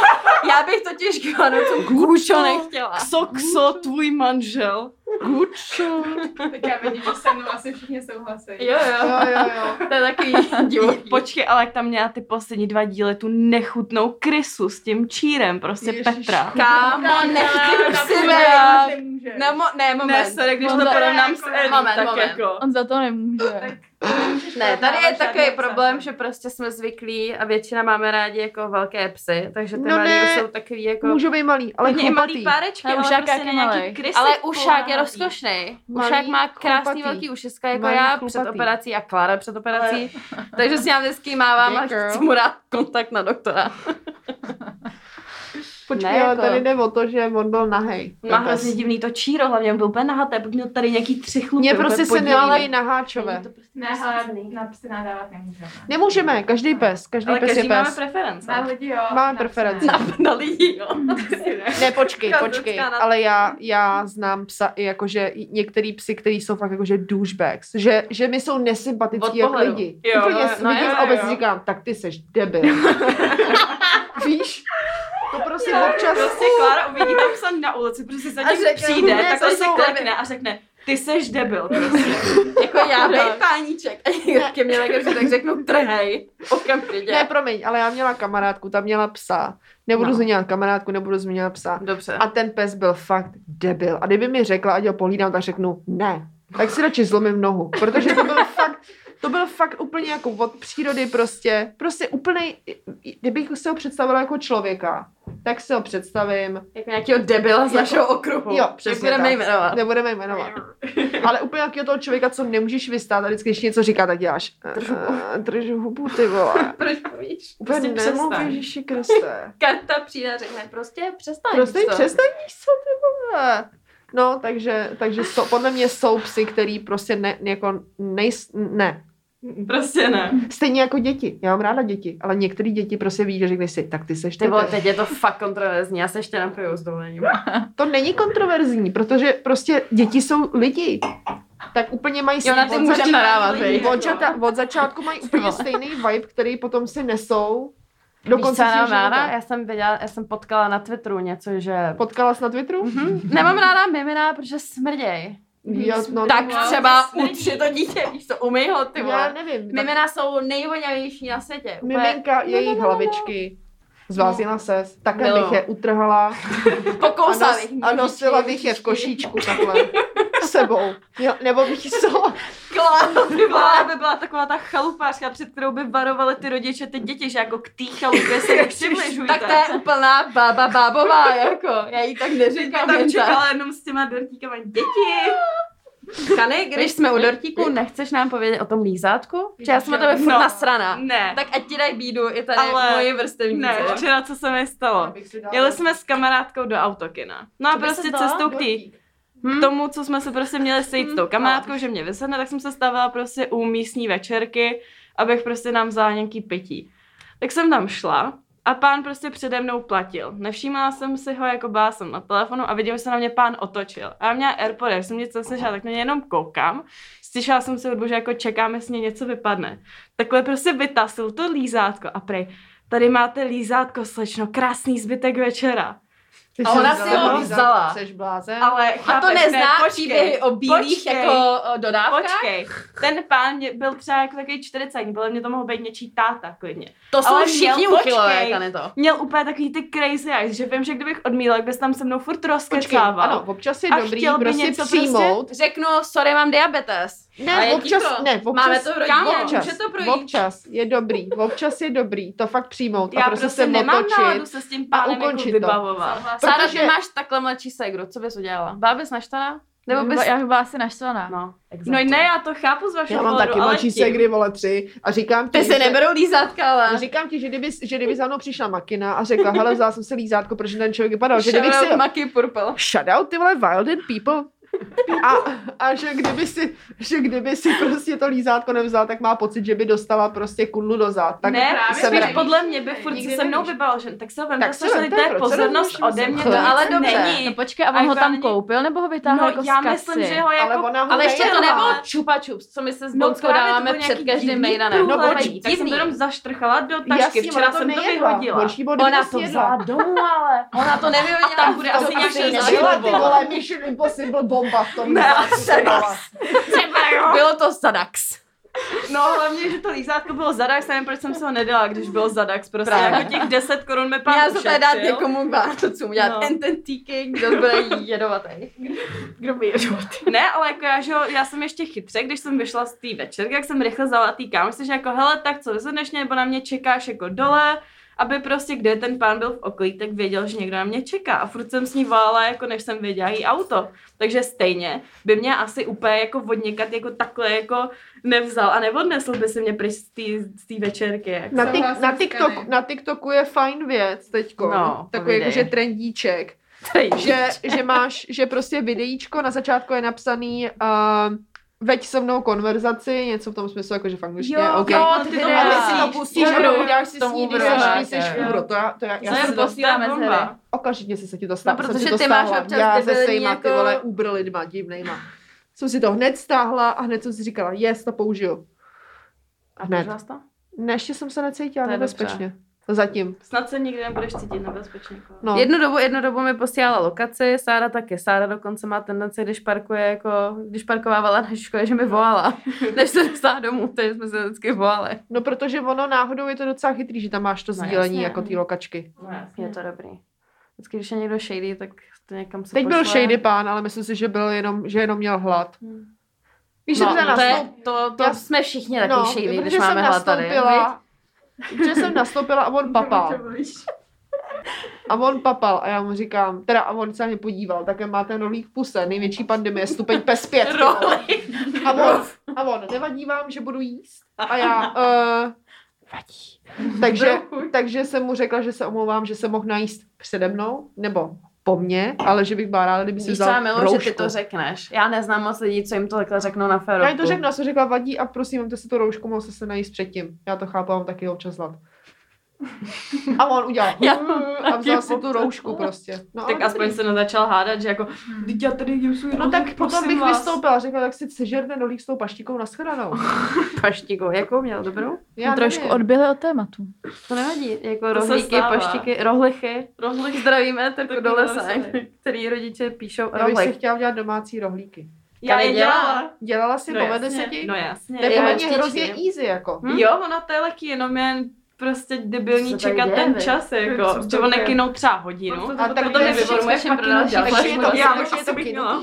S2: já bych totiž k Vánocům Gučo nechtěla.
S3: Soxo, tvůj manžel.
S1: Gučo.
S6: Tak já vidím, že se mnou asi všichni souhlasí.
S2: Jo, jo,
S1: Jo, jo, jo.
S2: to je takový divoký.
S3: Počkej, ale jak tam měla ty poslední dva díly tu nechutnou krysu s tím čírem, prostě
S1: Ježiš.
S3: Petra.
S2: Kámo,
S6: [LAUGHS]
S2: nechtím si vejít. Nemo, ne, moment.
S3: Ne, sorry, když to
S2: Moment.
S3: porovnám s Ellie,
S2: Moment,
S3: tak
S2: moment.
S3: jako...
S5: On za to
S2: No,
S5: nemůže.
S2: Ne, tady je
S3: Žádný
S2: takový
S3: obsah.
S2: problém, že prostě jsme zvyklí a většina máme rádi jako velké psy, takže ty
S1: No
S2: no
S1: ne.
S2: jsou takový jako...
S1: Můžou být malý, ale
S3: Hodně i
S1: chlupatý.
S3: malý párečky,
S5: Ale
S3: ale
S5: ušák
S3: prostě
S5: jak je
S3: na
S5: malej.
S3: nějaký krysy.
S2: Ale ušák je
S3: poláhavý.
S2: rozkošný.
S1: Malý,
S2: Ušák má krásný
S1: chlupatý.
S2: velký ušiska, jako
S1: Malý,
S2: já
S1: chlupatý.
S2: před operací a Klára před operací. [LAUGHS] Takže si nám vždycky mávám a
S1: Hey,
S2: [LAUGHS]
S1: girl.
S2: chci mu dát kontakt na doktora.
S1: Počkej,
S2: Ne,
S1: ale
S2: jako-
S1: tady jde o to, že on byl nahej.
S3: Má
S1: Ten pes.
S3: hrozně divný to číro, hlavně on byl úplně nahaté, pak měl tady nějaký tři chlupy.
S1: Mě
S3: úplně
S1: prostě se
S3: podivný.
S1: nelej na háčové.
S3: To prostě
S6: Ne, ale na psy nadávat nemůžeme.
S1: Nemůžeme, každý pes, každý
S3: Ale
S1: pes
S3: každý
S1: je
S3: máme
S1: Prostě pes.
S3: preference. [LAUGHS]
S6: Na lidi jo.
S1: Máme
S6: na
S1: preference.
S6: psy ne.
S3: Na, na lidi, jo.
S1: Ne, počkej,
S3: Já
S1: počkej,
S3: docela na-
S1: ale já, já znám psa i jakože i některý psy, který jsou fakt jakože douchebags, že, že mi jsou
S3: Od
S1: nesympatický jako
S3: pohledu.
S1: lidi.
S3: Jo,
S1: Úplně
S3: no
S1: no, vidím
S3: jo,
S1: v obecně
S3: jo.
S1: říkám, tak ty seš
S3: [LAUGHS]
S1: debil. Víš? To prostě občas...
S3: Prostě Klára uvidí tam psa na ulici, prostě za
S1: A
S3: ním
S1: řekne,
S3: přijde,
S1: ne,
S3: tak
S1: to
S3: on se
S1: jsou-
S3: klekne a řekne, ty seš debil prostě. jako já, dej
S2: [LAUGHS]
S3: páníček. A někdo ke mně nakrčí, tak řeknu,
S1: [LAUGHS]
S3: trhej, okamžitě.
S1: Ne, promiň, ale já měla kamarádku, ta měla psa. Nebudu
S3: No.
S1: no. zmiňovat kamarádku, nebudu zmiňovat psa.
S3: Dobře.
S1: A ten pes byl fakt debil. A kdyby mi řekla, ať ho pohlídám, tak řeknu ne. Tak si radši zlomím nohu, protože to byl fakt, to byl fakt úplně jako od přírody prostě, prostě úplně, kdybych si ho představila jako člověka, tak si ho představím,
S3: Jako nějakého debila z
S1: Jako-
S3: našeho okruhu.
S1: jo, přesně
S3: Nebudeme
S1: tak.
S3: jmenovat.
S1: nebudeme jmenovat. Ale úplně jakého toho člověka, co nemůžeš vystát a vždycky, když něco říká, tak děláš, eh, držu hubu, ty vole.
S3: Proč mluvíš?
S1: Úplně
S3: Prostě
S1: nemluv,
S3: přestaň.
S1: Ježíši Kriste.
S3: Karta přijde a řekne, prostě přestaň.
S1: Prostě
S3: pso.
S1: přestaň jsou ty vole. No, takže, takže jsou, podle mě jsou psy, který prostě ne, jako nejs, ne.
S3: Prostě ne.
S1: Stejně jako děti. Já mám ráda děti, ale některé děti prostě ví, že řekneš si, tak ty seš
S3: Ty
S1: ty.
S3: vole, teď je to fakt kontroverzní, já se ještě napiju s dovolením.
S1: To není kontroverzní, protože prostě děti jsou lidi. Tak úplně mají
S2: Jo, na ty
S1: od
S2: můžeme
S1: začátku-
S2: nadávat,
S3: vej.
S1: od, začátku, od začátku mají úplně stejný vibe, který potom si nesou do
S2: Víš, co
S1: konce
S2: já
S1: svého
S2: mám ráda?
S1: života.
S2: Já jsem, viděla, já jsem potkala na Twitteru něco, že...
S1: Potkala jsi na Twitteru?
S2: Mhm. Nemám ráda mimina, protože smrděj.
S1: Jo, no,
S2: Tak
S1: no,
S2: třeba
S3: Smrdí.
S2: utři to dítě, víš to, umyj ho, ty
S1: Já
S2: vole.
S1: nevím. tak-
S2: Mimina jsou nejvoňavější na světě. Úplně No,
S1: Miminka, jejich hlavičky. Zvázila se, také
S2: Bylo.
S1: bych je utrhala a,
S2: pokousala
S1: nos,
S2: bych
S1: a
S2: nožičky,
S1: nosila bych je v košíčku takhle s sebou. Jo, nebo bych ji sala.
S3: Klára by, byla, by byla taková ta chalupářka, před kterou by varovali ty rodiče ty děti, že jako k té chalupě se nepřibližujte.
S2: Tak to je úplná bába bábová, jako. Já jí tak neříkám
S3: tam
S2: jen tak.
S3: čekala jenom s těma dortíkama děti.
S2: Kany, když jsme u dortíku, nechceš nám povědět o tom lízátku? Že já jsem na tebe furt
S3: No.
S2: nasraná.
S3: Ne,
S2: Tak ať ti dají bídu, je tady jako
S3: Ale-
S2: moje vrstevnice.
S3: ne, včera co se mi stalo. No. Jeli jsme s kamarádkou do autokina. No a
S2: Co by
S3: prostě
S2: se stalo?
S3: cestou k tý, k
S2: Hm?
S3: tomu, co jsme se prostě měli sejít s
S2: Mm,
S3: tou kamarádkou, že mě vysedne, tak jsem se stavila prostě u místní večerky, abych prostě nám vzala nějaký pití. Tak jsem tam šla a pán prostě přede mnou platil. Nevšímala jsem si ho, jako byla jsem na telefonu a vidím, že se na mě pán otočil. A já měla Airpody, já jsem nic neslyšela, tak na ně jenom koukám. Slyšela jsem se hudbu, že jako čekám, jestli něco vypadne. Takhle prostě vytasil to lízátko a prej, tady máte lízátko, slečno, krásný zbytek večera.
S2: A ona si ho vzala.
S1: Jseš blázen?
S3: Ale
S2: A to
S3: chápeš,
S2: nezná
S3: ne, počkej,
S2: příběhy o bílých
S3: počkej.
S2: jako o dodávkách?
S3: Počkej, ten pán mě- byl třeba jako takový čtyřicátník, podle mě to mohl být něčí táta klidně.
S2: To jsou
S3: Ale
S2: všichni
S3: měl-
S2: uchylové,
S3: počkej.
S2: Kany, to.
S3: Měl úplně takový ty crazy eyes, že vím, že kdybych odmíla, tak bys tam se mnou furt
S1: Počkej,
S3: rozkecával.
S1: ano, občas je
S3: A
S1: dobrý
S3: chtěl by
S1: prostě
S3: něco prostě-
S1: přijmout.
S2: Řeknu, sorry, mám diabetes. A
S1: Ne,
S2: je
S1: občas,
S2: ticho.
S1: ne, občas,
S2: Máme to v rodině,
S1: kámo, občas,
S2: může to projít.
S1: občas je dobrý, občas je dobrý to fakt přijmout
S3: Já
S1: a prostě,
S3: prostě
S1: se
S3: nemám náladu
S1: otočit.
S3: se s tím
S1: a
S3: pánem jako
S1: ukončit to.
S3: vybavovat.
S2: Sára,
S1: Protože-
S2: ty máš takhle mladší segru, co bys udělala? Byla bys naštvaná?
S5: Nebo
S2: Nebo bys...
S5: já bych byla asi naštvaná.
S2: No,
S3: No ne, já to chápu z vašeho
S1: Já mám taky
S3: ale
S1: mladší
S3: tím-
S1: segry, vole, tři a říkám ti,
S2: Ty si
S1: že-
S2: neberou lízátka, ale...
S1: Říkám ti, že kdyby, že kdyby za mnou přišla makina a řekla, hele, vzala jsem si lízátko, protože ten člověk vypadal, že kdybych si...
S2: Shoutout Maki Purple.
S1: Shut out, ty vole, wild and people. A, a že, kdyby si, že kdyby si prostě to lízátko nevzala, tak má pocit, že by dostala prostě kudlu do zad. Tak
S3: ne,
S6: právě
S1: jsem
S3: spíš
S1: rád.
S3: podle mě by furt
S1: Nikdy
S3: se mnou
S1: nevíš.
S3: vybal, že tak se ho
S1: Tak
S3: vemte,
S1: si
S3: se
S1: vemte,
S3: to je
S1: proč
S3: pozornost
S1: rozumíš,
S3: ode mě,
S1: že
S3: to
S1: jsem-
S2: Ale
S3: ale
S2: dobře.
S3: není.
S5: No počkej, a
S3: A
S5: on ho
S3: vypadá
S5: tam
S3: na něj-
S5: koupil, nebo ho vytáhl
S3: No
S5: jako
S3: já
S5: z kasy?
S3: myslím, že ho jako...
S1: Ale ona ho
S2: Ale ještě to
S1: nejela.
S2: nebylo čupa čups, co my se s
S3: No,
S2: Bonskou
S3: právě to
S2: dáváme
S3: byl
S2: před
S3: nějaký
S2: každým
S3: divný
S2: mejdanem.
S1: průhled.
S2: No
S1: Divný,
S2: počkej,
S3: Tak jsem to jenom zaštrchala do tašky,
S1: Jasně,
S3: včera
S1: ona to
S3: jsem to
S1: nejedla.
S3: vyhodila.
S1: Horší prostě bod,
S2: Ona to vzala domů, ale ona to nevyhodila.
S3: tam bude
S2: To
S3: asi
S2: prostě
S3: nějaké
S2: nebylo.
S3: židlo,
S1: Žila ty vole, Mission Impossible bomba v tom.
S3: Ne,
S1: lízátku, ty
S2: [LAUGHS]
S1: vole.
S2: Bylo to Sadax.
S3: No hlavně, že to lízátko bylo zadax, nevím, proč jsem se ho nedala, když bylo zadax, prostě
S2: Právě.
S3: jako těch 10 korun mi
S2: Měla
S3: pán
S2: se tady dát
S3: ušetřil.
S2: někomu k Vánocům,
S3: No.
S2: udělat ten ten týky, kdo bude jedovatý.
S3: Kdo by jedl ty? Ne, ale jako já, že jo, já jsem ještě chytře, když jsem vyšla z té večerky, jak jsem rychle zavolala tý kámošce, že jako hele, tak co, vyzvedneš mě, nebo na mě čekáš jako dole, aby prostě, kde ten pán byl v okolí, tak věděl, že někdo na mě čeká. A furt jsem s ní volala, jako než jsem věděla její auto. Takže stejně by mě asi úplně jako vodněkat jako takhle jako nevzal a neodnesl by si mě pryč z té- z té večerky. Jako.
S1: Na, tik,
S6: Souhlasím
S1: na,
S6: s
S1: TikToku,
S6: Kany.
S1: na TikToku je fajn věc teďko.
S2: No,
S1: takový
S2: povídej.
S1: jakože trendíček. že, že máš, že prostě videíčko na začátku je napsaný uh, veď se mnou konverzaci, něco v tom smyslu, jakože v angličtině,
S3: Jo,
S1: OK.
S2: No,
S3: jo,
S1: A
S3: No, ty
S1: ty
S3: to
S1: No, si
S3: myslíš,
S1: to pustíš
S3: jo,
S1: a
S3: jo,
S1: uděláš si s
S2: tomu
S1: ní, když
S2: budeme
S1: seš-
S2: rád,
S1: když seš
S2: jo.
S1: úbro. To já, to já, já
S3: To je
S1: jsem to,
S3: posíláme
S2: to je
S3: z
S2: bomba.
S3: hry.
S1: okamžitě se se ti to stalo.
S2: No, protože
S1: jsem si to
S2: ty máš
S1: stáhla.
S2: občas
S1: Já se
S2: debilní
S1: sejma, ty
S2: jako-
S1: vole, úbr lidma divnejma. Jsem si to hned stáhla a hned jsem si říkala, jest, to použiju.
S2: A
S1: Hned.
S2: použila jsi to?
S1: Ne, ještě jsem se necítila
S2: To je
S1: nebezpečně. Zatím.
S3: Snad se nikdy nebudeš cítit nebezpečně. jako.
S1: No.
S2: Jednu dobu, jednu dobu mi posílala lokaci, Sára taky. Sára dokonce má tendenci, když parkuje, jako, když parkovávala na škole, že mi
S1: [LAUGHS]
S2: volala, než se dostala domů, takže jsme se vždycky volali.
S1: No, protože ono náhodou je to docela chytrý, že tam máš to
S2: No,
S1: sdílení
S2: jasně.
S1: jako ty lokačky.
S3: No, jasně.
S2: Je to dobrý. Vždycky, když je někdo shady, tak to někam se
S1: Teď byl
S2: pošle.
S1: shady pán, ale myslím si, že byl jenom, že jenom měl hlad. Víš,
S2: Hmm. No,
S1: že
S2: to, je,
S1: nastoupila,
S2: to, to
S1: Já- No,
S2: jsme všichni takový shady, když
S1: protože
S2: máme
S1: jsem
S2: hlad tady. viď?
S1: nastoupila, že jsem nastoupila
S2: [LAUGHS]
S1: a on papal. A on papal a já mu říkám, teda a on se na mě podíval, také má ten rolík v puse, největší pandemie, stupeň
S2: [LAUGHS]
S1: pes pět. ty vole. A on, a on, nevadí vám, že budu jíst?
S2: [LAUGHS]
S1: A já, uh, vadí. Takže, takže jsem mu řekla, že se omlouvám, že se mohl najíst přede mnou, nebo po mně, ale že bych byla ráda, kdyby si
S2: Víš, co já
S1: vzal
S2: miluji,
S1: roušku.
S2: že ty to řekneš. Já neznám moc lidí, co jim to takhle řeknou na
S1: Já
S2: ferovku.
S1: jí to řeknu, já jsem řekla vadí a prosím, vemte si tu roušku, mohl se se najíst předtím. Já to chápu, mám taky občas hlad. A on udělal "Hm",
S2: Já
S1: a vzal si tu roušku prostě. No,
S3: Tak
S1: ale
S3: aspoň
S1: dobrý.
S3: se nezačal hádat, že jako,
S6: Hmm.
S3: teď já tady jim svůj
S1: No
S3: rohlík,
S1: tak potom
S3: prosím
S1: bych
S3: vás."
S1: vystoupila, řekla, tak si sežerte dolík s tou paštíkou na
S3: [LAUGHS]
S1: shledanou.
S2: Paštiku. Jakou měl dobrou?
S1: Já
S5: Trošku
S1: nevím.
S5: odběhli od tématu.
S2: To nevadí. Jako
S3: To se
S2: rohlíky,
S3: stává.
S2: paštiky, rohlichy.
S3: Rohlík
S2: Zdravíme Terku
S3: Terku
S2: do lesa, jako
S3: Dolesaj.
S2: který rodiče píšou
S1: Já bych si
S2: rohlík.
S1: chtěla udělat domácí rohlíky.
S3: Já
S2: Tady
S3: je
S2: dělá.
S3: dělala.
S1: Dělala si,
S3: No
S1: povede
S3: jasně,
S1: se ti?
S3: No jasně.
S1: To je podle mě
S2: já
S1: hrozně
S2: vždycky.
S1: easy jako.
S2: Hm?
S3: Jo, ono to je lehký, jenom je prostě debilní
S2: Co tady
S3: čekat
S2: děje,
S3: ten
S2: vy?
S3: čas,
S4: Co
S3: jako,
S4: to
S3: že on
S4: je?
S3: nekynou třeba
S2: No,
S3: hodinu.
S1: A tak
S3: Potom
S1: to
S3: je
S1: je
S3: vyvoluješ
S2: všechno
S3: pak
S2: pro nás
S3: jinou
S2: další.
S3: další.
S1: Takže je to-
S3: Já
S1: takže
S3: už
S1: je to
S3: asi bych
S1: kino.
S3: měla.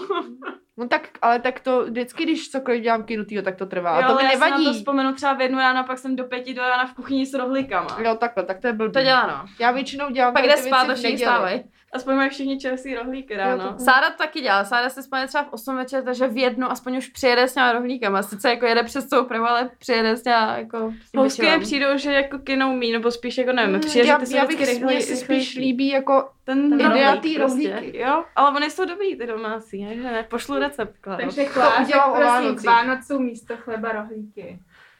S1: No tak, ale tak to vždycky, když cokoliv dělám kinutýho, tak to trvá.
S3: Jo,
S1: A to
S3: ale
S1: mi
S3: já si na to
S1: nevadí.
S3: vzpomenu třeba v jednu ráno, pak jsem do pěti do rána v kuchyni s rohlíkama.
S1: Jo, takhle, tak to je blbý.
S2: To dělá no.
S1: Já většinou dělám
S2: Pak
S1: tady
S2: jde
S1: ty
S2: spát
S1: věci
S2: a
S1: v
S2: všichni
S1: neděli.
S2: vstávají.
S3: Aspoň mají všichni čerstvý rohlíky ráno.
S2: Sára to taky dělá. Sára se spane třeba v 8 večer, takže v jednu aspoň už přijede s něma rohlíkama. Sice jako jede přes soupravu, ale přijede s něma jako... s tím
S3: Housky mi
S2: večerem.
S3: přijdou, že jako kinou mí, nebo spíš jako nevím, přijde, že
S1: Hmm, já,
S3: ty jsou
S1: já
S3: vždycky
S1: bych
S3: rychlej-
S1: rychlej, si spíš
S3: rychlejší.
S1: líbí jako
S3: Ten
S2: No,
S1: Ten
S3: rohlík
S1: rohlík prostě.
S3: Jo, ale oni jsou dobrý, ty domácí, takže ne, pošlu recept, Klaro.
S6: Takže Klára,
S1: udělám o
S6: prosím, k
S1: Vánocích.
S6: Vánocům místo chleba rohlíky.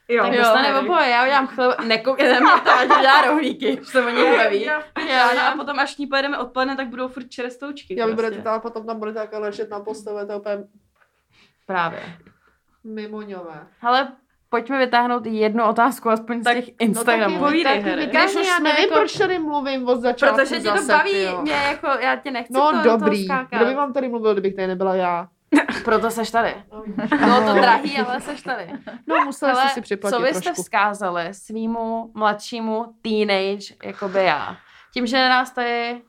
S3: jo,
S2: Tak dostane oboje, já udělám chleba, [LAUGHS] nekoukej na mě to, ať dělá rohlíky, už se o [LAUGHS] něj baví.
S3: Jo, no a potom, až s ní pojedeme odpoledne, tak budou furt čerstoučky.
S1: Já vy
S2: prostě.
S1: budete tam, potom tam budete takhle ležet na postele, to je úplně
S2: Právě.
S1: mimoňové.
S2: Ale pojďme vytáhnout jednu otázku, aspoň z těch Instagramů.
S3: povídej,
S1: tak
S3: Here.
S1: No, vy-
S2: Když
S1: tak
S2: už
S1: já
S2: jsme
S1: nevím,
S2: jako-
S1: proč tady mluvím od začátku
S2: Protože tě to
S1: zase,
S2: baví,
S1: tyjo.
S2: mě jako, já tě nechci
S1: No
S2: to,
S1: dobrý,
S2: to
S1: kdo by vám tady mluvil, kdybych tady nebyla já?
S2: Proto seš tady. [LAUGHS] Bylo No, to drahý, ale seš tady.
S1: No musela jste
S2: Ale
S1: si
S2: co vy
S1: připlatit
S2: jste
S1: trošku.
S2: vzkázali svýmu mladšímu teenage, jako by já? Tím, že nás tady...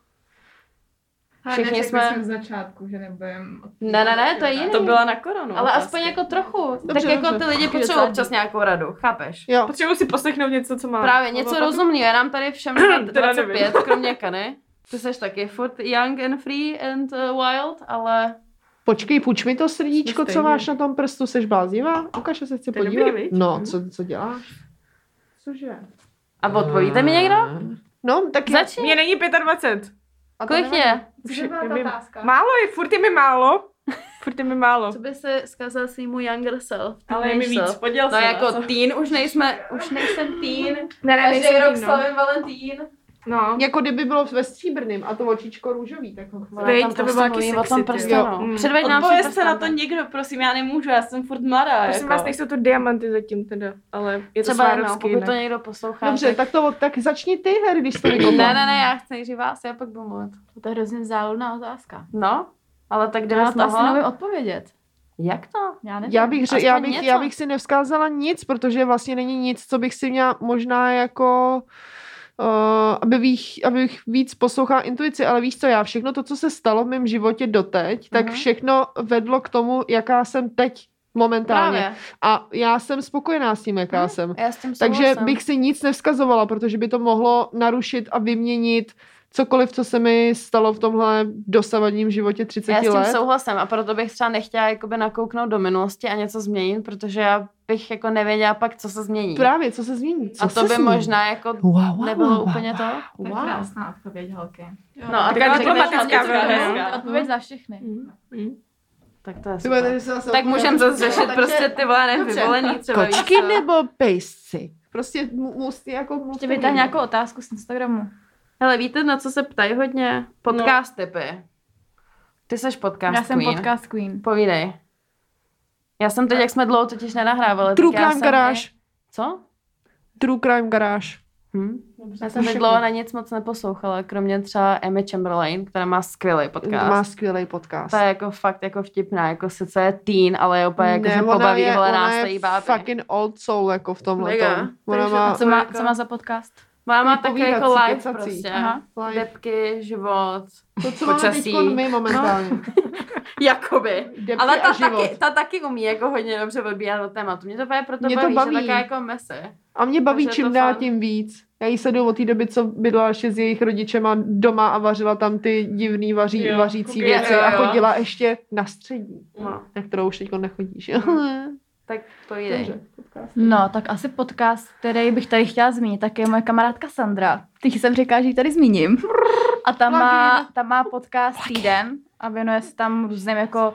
S2: Všichni jsme-
S6: jsme... z začátku, že nebudem...
S2: Ne, ne, ne, to je jiný.
S3: To byla na koronu.
S2: Ale
S3: otázka.
S2: aspoň jako trochu. Tak
S1: Dobře,
S2: jako
S1: dobře.
S2: ty lidi potřebují občas nějakou radu, chápeš?
S1: Jo,
S4: Potřebuji si poslechnout něco, co má.
S2: Právě něco rozumného, já nám tady [COUGHS] všem
S4: Teda
S2: 25, kromě Kany. Ty seš taky furt young and free and uh, wild, ale
S1: počkej, půjč mi to srdíčko, co
S4: stejně.
S1: máš na tom prstu, seš bláznivá? Ukaž, se chci
S4: To je dobrý,
S1: podívat.
S4: viď?
S1: No, co, co děláš?
S6: Cože?
S2: a odpovíte mi někdo?
S1: No, tak je...
S2: Začni.
S4: Mě není 25.
S1: A to
S2: Kolik
S1: nevadí.
S2: je?
S6: Cože byla ta
S4: nevím.
S6: otázka?
S4: Málo je, furt je mi málo. [LAUGHS] Furt je mi málo.
S2: Co by se zkazal svýmu younger self?
S3: Ale je mi víc, poděl
S2: No
S3: se na
S2: jako
S3: to.
S2: teen, už nejsme, už nejsem teen.
S4: Ne, ne,
S2: Každý rok
S4: no.
S2: slavím Valentín.
S4: no.
S1: Jako kdyby bylo ve stříbrném a to očičko růžový, tak ho chci.
S4: Veď, to by bylo taky
S2: prostě o tom
S4: sexy,
S2: prstenu.
S1: jo.
S4: Mm.
S2: Předveď nám
S3: Odpověz
S2: svůj
S3: se na to
S2: prsten.
S3: někdo, prosím, já nemůžu, já jsem furt mladá.
S4: Prosím
S3: jako.
S4: vás, nejsou to diamanty zatím teda, ale je to
S2: Třeba no,
S4: svárovský.
S2: pokud to někdo poslouchá.
S1: Dobře, tak to, tak začni ty, Harry, když
S2: [CLEARS THROAT]
S1: to vykopal.
S2: Ne, ne, ne, já chci nejdřív vás, já pak budu mluvit.
S5: To je hrozně záludná otázka.
S2: No, ale tak jdeme
S5: Já
S2: z
S5: to asi
S2: toho.
S5: neumím odpovědět.
S2: Jak to?
S5: Já nevím.
S1: Já bych, ře, já,
S2: Aspoň
S1: bych, já
S2: něco.
S1: bych si nevzkázala nic, protože vlastně není nic, co bych si měla možná jako... Uh, aby bych, abych víc poslouchala intuici, ale víš co, já všechno to, co se stalo v mém životě doteď, tak
S2: Mhm.
S1: všechno vedlo k tomu, jaká jsem teď momentálně.
S2: Právě.
S1: A já jsem spokojená s tím, jaká
S2: Hm,
S1: jsem.
S2: Já s tím
S1: Takže
S2: souhlasím.
S1: bych si nic nevzkazovala, protože by to mohlo narušit a vyměnit cokoliv, co se mi stalo v tomhle dosavadním životě 30
S2: Já s tím
S1: let.
S2: souhlasím a proto bych třeba nechtěla jakoby nakouknout do minulosti a něco změnit, protože já bych jako nevěděla pak, co se změní.
S1: Právě, co se změní? Co
S2: a to
S1: se
S2: by
S1: změní?
S2: možná jako
S1: Wow, wow, wow,
S2: nebylo
S1: wow,
S2: úplně
S1: wow.
S2: to.
S6: To je
S1: Wow.
S6: krásná odpověď, holky.
S2: No a
S4: Taková
S2: tak,
S4: diplomatická
S2: tak,
S4: byla,
S2: tak,
S4: no.
S5: To je Odpověď za všechny.
S1: Mhm.
S2: tak to je
S1: Ty vole,
S2: super.
S1: takže se zase
S2: Tak
S1: opět-
S2: můžeme zase řešit
S1: [LAUGHS]
S2: prostě ty vole nevyvolený třeba. víš
S1: Kočky
S2: co?
S1: nebo pejsci? Prostě mu- musí jako...
S5: Ještě vytáhni nějakou otázku z Instagramu.
S2: Hele, víte, na co se ptají hodně? Podcast typy. Ty seš podcast
S5: Já jsem
S2: queen.
S5: podcast queen.
S2: Povídej. Já jsem teď, jak jsme dlouho totiž nenahrávali.
S1: True
S2: tak já
S1: Crime
S2: jsem
S1: Garage.
S2: Co?
S1: True Crime Garage.
S2: Hm? Já jsem teď dlouho na nic moc neposlouchala, kromě třeba Emmy Chamberlain, která má skvělý podcast.
S1: Má skvělý podcast.
S2: Ta je jako fakt jako vtipná, jako sice je teen, ale je úplně jako, že pobaví, je, vole, nás tady bábě.
S1: fucking old soul jako v tomhle
S2: Mega.
S1: tom. Ona
S2: Takže
S1: má
S2: to
S5: Co má,
S2: jako-
S5: co má za podcast?
S2: Má, má taky
S1: povídací,
S2: jako live
S1: kecací.
S2: prostě.
S5: Aha.
S1: live.
S2: Depky, život,
S1: To, co máme
S2: počasí.
S1: teď my momentálně.
S2: jakoby.
S1: Depky
S2: Ale
S1: a
S2: ta
S1: život.
S2: taky, ta taky umí jako hodně dobře odbíhat od tématu. Mě to právě proto
S1: Mě to
S2: baví,
S1: baví.
S2: že je taková jako mese.
S1: A mě baví
S2: Takže je
S1: čím
S2: to
S1: dál
S2: fun.
S1: tím víc. Já jí sedu od té doby, co bydlela ještě s jejich rodičema doma a vařila tam ty divný vaří,
S6: Jo,
S1: vařící
S6: kuchyně,
S1: věci
S2: jo,
S1: a
S2: jo.
S1: chodila ještě na střední,
S2: No,
S1: na kterou už teď nechodíš.
S2: Mm.
S1: [LAUGHS] jo.
S2: tak povídej.
S1: Dobře.
S5: No, tak asi podcast, který bych tady chtěla zmínit, tak je moje kamarádka Sandra. Teď jsem říkala, že ji tady zmíním. A tam má, tam má podcast Týden a věnuje se tam různým jako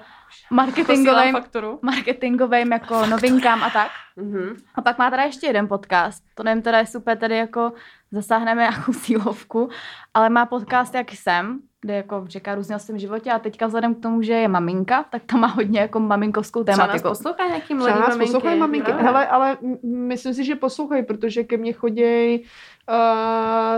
S5: marketingovým,
S2: fakturu.
S5: marketingovým jako novinkám a tak.
S2: Mhm.
S5: A pak má teda ještě jeden podcast, to nevím teda, jestli úplně tady jako zasáhneme nějakou sílovku, ale má podcast Jak jsem, kde jako říká různě o svém životě a teďka vzhledem k tomu, že je maminka, tak tam má hodně jako maminkovskou
S2: Třeba nás
S5: tématiku.
S2: poslouchá nějaký mladý
S1: Třeba nás
S2: maminky. no.
S1: poslouchají maminky.
S2: Právě.
S1: Hele, ale m- myslím si, že poslouchají, protože ke mně chodějí uh,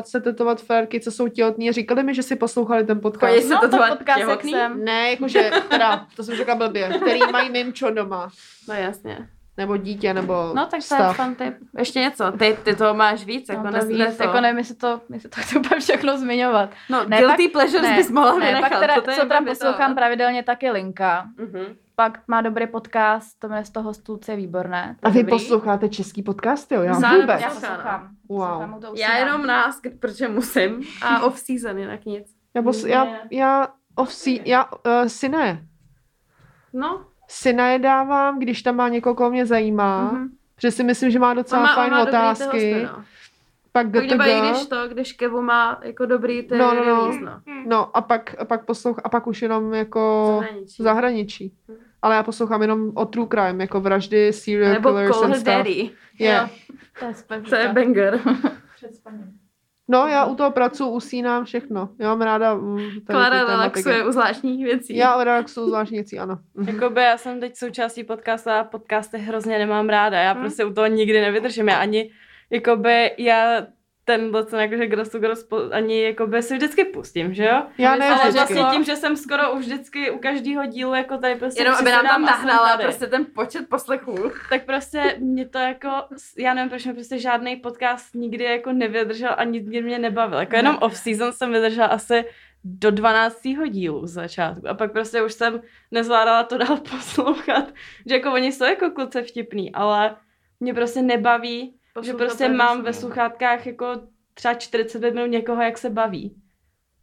S1: se tetovat férky, co jsou těhotní. Říkali mi, že si poslouchali ten podcast.
S2: Chodí se
S5: No,
S2: to
S5: to
S2: tvoje
S5: podcast, jak
S2: těhotný?
S5: jsem.
S1: Ne, jakože, teda, to jsem řekla blbě, který mají mimčo doma.
S2: No jasně.
S1: Nebo dítě, nebo
S2: No tak to je
S1: stav.
S2: fun tip. Ještě něco. Ty, ty toho máš víc. Jako
S5: No,
S2: no,
S5: to víc,
S2: to.
S5: jako nevím, jestli to, jestli to chci úplně všechno zmiňovat.
S2: no
S5: ne,
S2: guilty pleasures bys mohla
S5: ne,
S2: vynechat.
S5: pak teda,
S2: to je
S5: co tam
S2: právě to.
S5: poslouchám pravidelně, tak je Linka.
S2: Mhm.
S5: Pak má dobrý podcast, to jmenuje z toho stůlce je výborné.
S1: A vy
S2: Dobrý.
S1: posloucháte český podcast, jo? Já
S2: Zároveň
S1: vůbec.
S5: Já
S2: Já
S5: poslouchám.
S1: Wow.
S5: poslouchám to
S2: Já
S5: usínám.
S2: jenom nás, protože musím. A [LAUGHS] off-season, jinak nic.
S1: Já, pos, já, já, ovsí, já uh, syna je.
S2: No,
S1: Syna je dávám, když tam má někoho, koho mě zajímá. Mm-hmm.
S2: mhm.
S1: Protože si myslím, že má
S2: On
S1: docela
S2: má, on
S1: fajn
S2: má dobrý ty
S1: otázky.
S2: hosty, no.
S1: Pak
S2: Tak nebo i
S1: GTG.
S2: když to, když Kevu má jako dobrý ty
S1: No, no, no.
S2: release, no.
S1: No a pak, a pak poslouch, a pak už jenom jako
S2: Zahraničí. Mhm.
S1: zahraničí. Ale já poslouchám jenom o true crime, jako vraždy, serial
S2: Nebo
S1: killers
S2: Call
S1: and
S2: Her
S1: stuff.
S2: Daddy.
S1: Yeah.
S5: To je jako super.
S2: To je banger.
S6: Před spaním.
S1: No, já u toho pracuji, usínám všechno. Já mám ráda mm, tady ty
S2: Klara
S1: tematiky.
S2: relaxuje u zvláštních věcí.
S1: Já relaxuju zvláštní věcí, ano. Mhm.
S3: [LAUGHS] Jakoby já jsem teď součástí podcastu a podcasty hrozně nemám ráda.
S2: Hm?
S3: Já prostě u toho nikdy nevydržím. Já ani, jakoby já tenhle ten jakože gross to gross, po- ani jakoby si vždycky pustím, že jo?
S1: Já ne
S3: Ale
S1: vždycky.
S3: vlastně tím, že jsem skoro už vždycky u každého dílu jako tady prostě
S2: Jenom aby nám tam
S3: přisedám a jsem
S2: nahnala
S3: tady.
S2: prostě ten počet poslechů.
S3: Tak prostě mě to jako, já nevím proč mě prostě žádný podcast nikdy jako nevydržel a nikdy mě nebavil. Jako jenom off-season jsem vydržela asi do 12. dílu z začátku a pak prostě už jsem nezvládala to dál [LAUGHS] poslouchat, že jako oni jsou jako kluce vtipný, ale mě prostě nebaví, že prostě mám ve sluchátkách jako třeba 45 minut někoho, jak se baví.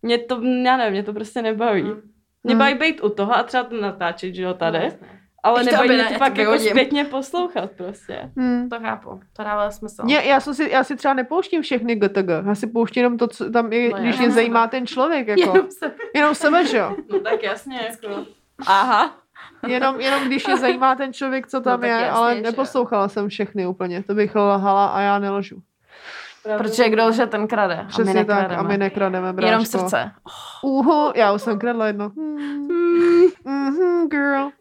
S3: Mě to, já nevím, mě to prostě nebaví.
S2: Mm.
S3: Mě
S1: Mm.
S3: baví být u toho a třeba to natáčet, že jo, tady.
S1: No.
S3: Ale
S2: Ještě
S3: nebo
S2: aby
S3: mě
S2: ne,
S3: to
S2: já
S3: pak
S2: to
S3: jako
S2: vyhodím.
S3: zpětně poslouchat prostě.
S1: Hmm.
S2: To chápu, to dává smysl.
S1: Mě, já, jsem si, já si třeba nepouštím všechny GTG, já si pouštím jenom to, co tam je,
S2: No
S1: když
S2: jo.
S1: mě zajímá ten člověk, jako.
S2: Jenom se...
S1: Jenom sebe, že jo?
S3: No tak jasně, jako.
S2: Aha.
S1: Jenom, jenom když mě zajímá ten člověk, co tam
S2: No tak
S1: je,
S2: jasně,
S1: ale
S2: že jo.
S1: neposlouchala jsem všechny úplně, to bych lhala a já neložu.
S2: Protože kdo lže, ten krade. a my
S1: Přesně tak, a my nekrademe, bráško.
S2: Jenom srdce. Hmm.
S1: Uhu, já už jsem kradla jedno. Mm-hmm, girl.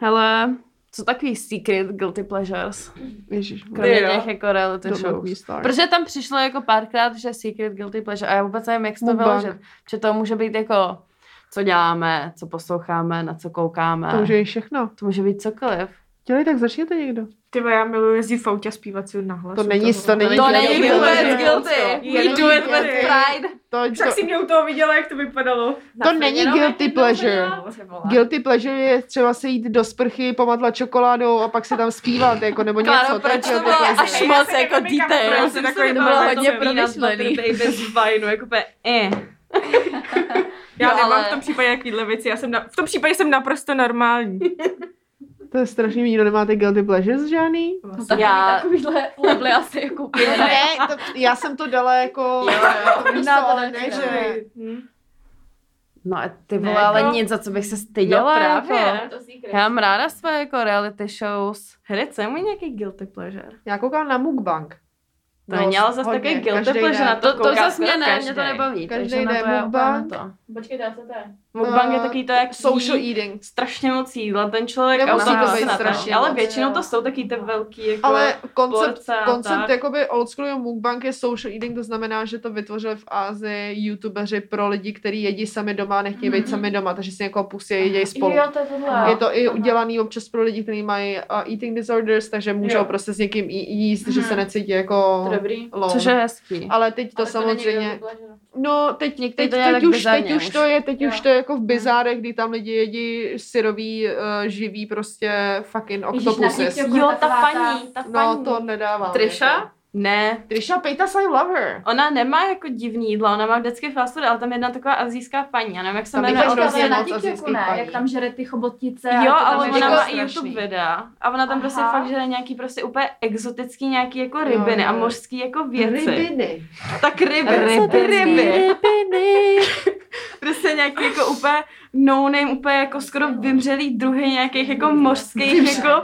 S2: Hele, co takový secret guilty pleasures?
S1: Ježíš,
S2: Kromě
S3: Ty jo.
S2: těch jako reality
S1: don't
S2: show.
S1: make me start.
S2: Protože tam přišlo jako párkrát, že secret guilty pleasure a já vůbec nevím, jak se to
S1: Mukbang.
S2: vyložit. Že to může být jako, co děláme, co posloucháme, na co koukáme.
S1: To může je všechno.
S2: to může být cokoliv.
S1: Chtěli, tak začněte někdo.
S4: Ty vole, já miluji jezdit v autě a zpívat si nahlas.
S1: To
S4: U
S1: není-
S4: toho.
S1: to není-
S2: To
S1: Já
S2: není
S1: to
S2: vůbec
S1: dělám.
S2: guilty. We do it with pride.
S1: To,
S4: Však
S1: to,
S4: jsi mě u toho viděla, jak to vypadalo.
S1: to není guilty pleasure. Guilty pleasure je třeba se jít do sprchy, pomatlat čokoládou a pak se tam zpívat, jako, nebo něco.
S2: Kláro,
S1: To je
S2: proč to
S1: guilty
S2: bylo
S1: pleasure.
S2: až moc jako detail?
S4: Prostě takový
S2: Bylo
S4: dobrý
S2: hodně
S4: to
S2: promyšlený.
S3: bez vajnu, jako úplně, eh.
S4: Já no,
S2: No,
S4: nemám
S2: ale-
S4: ale... v tom případě jakýhle věci, já jsem na... v tom případě jsem naprosto normální.
S1: To je strašně nikdo nemáte guilty pleasures žádný?
S5: Tak
S2: Já-
S5: já... takovýhle levely asi jako úplně ne.
S1: Ne, to, já jsem to dala jako... to místo,
S5: No, to
S1: ale
S5: taky
S1: ne,
S5: ne.
S1: že...
S4: Hm.
S2: No a ty
S5: Ne,
S2: vole, ale
S5: jako-
S2: nic, za co bych se styděla.
S3: No právě.
S2: jako.
S6: To si
S2: Já mám ráda své jako reality shows.
S3: Herec, co je můj nějaký guilty pleasure?
S1: Já koukám na mukbang.
S3: To
S1: No,
S3: no, měla zase
S1: hodně,
S3: takový guilty
S1: každý
S3: pleasure
S1: den.
S3: na
S2: To, to
S3: kouká
S2: zase mě
S3: skoro
S2: ne, mě to
S3: každý.
S2: nebaví.
S1: Každý
S2: takže na
S1: den
S2: to já úplně na
S1: mukbang.
S2: to.
S6: Počkej, dá se to je.
S3: Mukbang je
S1: Eh,
S3: takový to, jak
S1: Social
S3: jí
S1: eating.
S3: strašně moc jídla, ten člověk
S1: Nemusí
S2: to
S3: automaticky
S2: být
S3: na to.
S1: strašně
S3: Ale
S1: moc,
S3: většinou
S6: jo.
S3: to jsou taky ty velký, jako
S1: Ale koncept,
S3: porce a
S1: koncept
S3: tak.
S1: jakoby old schoolového mukbang je social eating, to znamená, že to vytvořili v Ázii youtubeři pro lidi, kteří jedí sami doma a nechtějí být sami doma, takže si někoho pusí a jedějí spolu.
S6: Jo, to je tohle.
S1: Je to i udělaný občas pro lidi, kteří mají uh, eating disorders, takže můžou
S6: Jo.
S1: prostě s někým jí- jíst, že se
S6: Mhm.
S1: necítí jako
S6: To dobrý.
S1: lone.
S2: Což je hezký.
S1: Ale teď to
S6: Ale není
S1: samozřejmě...
S6: guilty pleasure.
S1: No, teď, teď,
S2: Někteří
S1: teď,
S2: to dělají tak
S1: už,
S2: bizarně
S1: teď už
S2: už.
S1: to je, teď
S6: Jo.
S1: už to je jako v bizárech, kdy tam lidi jedí syrový, uh, živý prostě fucking octopuses.
S6: na
S3: Jo, ta
S6: Taková ta-
S3: paní, ta
S1: No,
S3: paní.
S1: to nedávám.
S3: Trisha?
S1: Jako.
S3: Ne.
S1: Trisha Paytas, I love her.
S3: Ona nemá jako divný jídla, ona má vždycky fast food, ale tam je jedna taková azijská paní, já nevím, jak se
S1: Tam je fakt
S3: jmenuje. ale to je
S1: hrozně
S6: Ale
S1: moc
S6: na
S1: azijských
S6: TikToku ne,
S1: paní.
S6: jak tam žere ty chobotnice.
S3: Jo,
S6: a to tam
S3: ale
S6: je
S3: ona
S1: jako
S5: [LAUGHS]
S3: má i
S1: strašný.
S3: YouTube videa. A ona tam prostě
S6: Aha.
S3: fakt žere nějaký prostě úplně exotický nějaký jako
S1: Jo,
S3: rybiny
S1: jo.
S3: a mořský jako věci.
S1: Rybiny.
S3: Tak ryby, ryby, ryby. [LAUGHS] Prostě nějaký jako úplně no name, úplně jako skoro vymřelý druhy nějakých jako mořských jako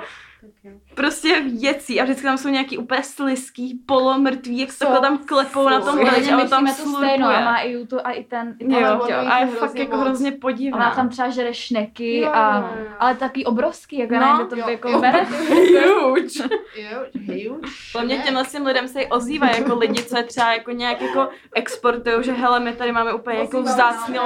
S3: prostě věcí a vždycky tam jsou nějaký úplně sliský, polomrtví, jak se
S5: Co?
S3: takhle tam klepou na tom
S5: Jo,
S3: veleč
S5: že
S3: a on tam
S5: myslíme tu stejnou a má
S3: slurpuje.
S5: i YouTube a i ten, i ten
S3: Jo,
S5: jo.
S3: a je
S1: hrozně
S3: fakt jako
S1: moc.
S3: hrozně
S5: A má
S3: podivná.
S5: tam třeba žere šneky
S1: Jo,
S5: a,
S1: jo, jo.
S5: ale taky obrovský, jako
S3: No,
S5: no, nevím, kde
S1: jo,
S5: to jako
S1: jo.
S5: bere.
S3: [LAUGHS] Huge.
S1: Jo, huge.
S3: Podle mě těmhle těm lidem se i ozývá jako lidi, co je třeba jako nějak jako exportují, že hele, my tady máme úplně jako vzácnou,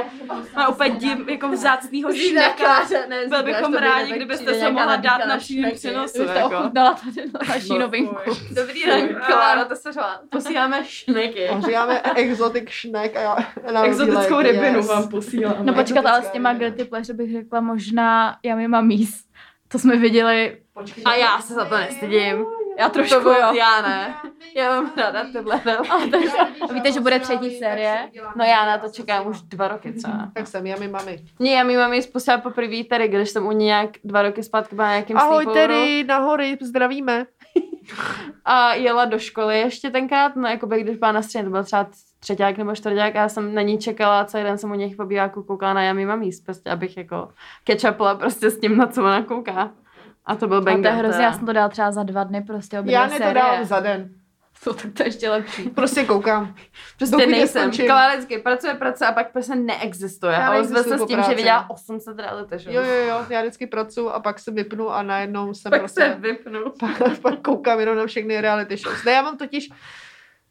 S3: máme úplně div, jako vzácnýho šňaka. Byl bychom rádi, kdybyste se mohla dát na přímém přenosu.
S5: Jste
S3: Jako.
S5: ochutnala tady naší novinku.
S3: Dobrý den,
S2: Kláro,
S3: to se Posíláme šneky.
S1: A říkáme exotic snack a já na
S3: Exotickou
S1: rozdílek,
S3: rybinu
S1: yes.
S3: vám posílám.
S5: No počkat, ale s
S1: Exotická
S5: těma
S1: rybina.
S5: guilty pleasure bych řekla možná Yami Mamis. To jsme viděli,
S2: A já se za to nestydím.
S5: já trošku
S2: To bylo-
S5: jo.
S2: Já ne. Já mám ráda [LAUGHS] tyhle velké.
S5: Ale takže, a víte, že bude třetí série?
S2: No já na to čekám už dva roky třeba.
S1: Tak jsem, jami mami.
S2: Ne, já mi mami spustila poprvé tady, když jsem u ní nějak dva roky zpátky byla na nějakým
S1: Ahoj
S2: sleepoveru
S1: tedy, nahory, zdravíme.
S2: a jela do školy ještě tenkrát, no jako by když byla na střední, to byl třeba třetíák nebo čtvrták a já jsem na ní čekala a celý den jsem u něj v obýváku koukala na Yami Mamis, prostě abych jako kečapla prostě s tím, na co ona kouká. A to byl
S5: A to je
S2: banger.
S5: hrozně,
S2: teda.
S5: já jsem to dala třeba za dva dny prostě obě
S1: Já
S5: dvě
S1: ne
S5: série.
S1: to dávám za den.
S5: To, tak to je ještě lepší.
S1: Prostě koukám.
S2: Prostě
S1: Dokud
S2: nejsem.
S1: neskončím.
S2: Klára vždycky pracuje, pracuje a pak prostě neexistuje.
S1: Já
S2: A ozve
S1: neexistuju
S2: se s
S1: po
S2: tím, že
S1: práci.
S2: viděla 800 reality show.
S1: Jo, jo, jo, já vždycky pracuji a pak se vypnu a najednou jsem
S3: Pak
S1: prostě...
S3: se
S1: [LAUGHS]
S3: vypnu.
S1: pak, pak koukám jenom na všechny reality shows. Ne, já mám totiž,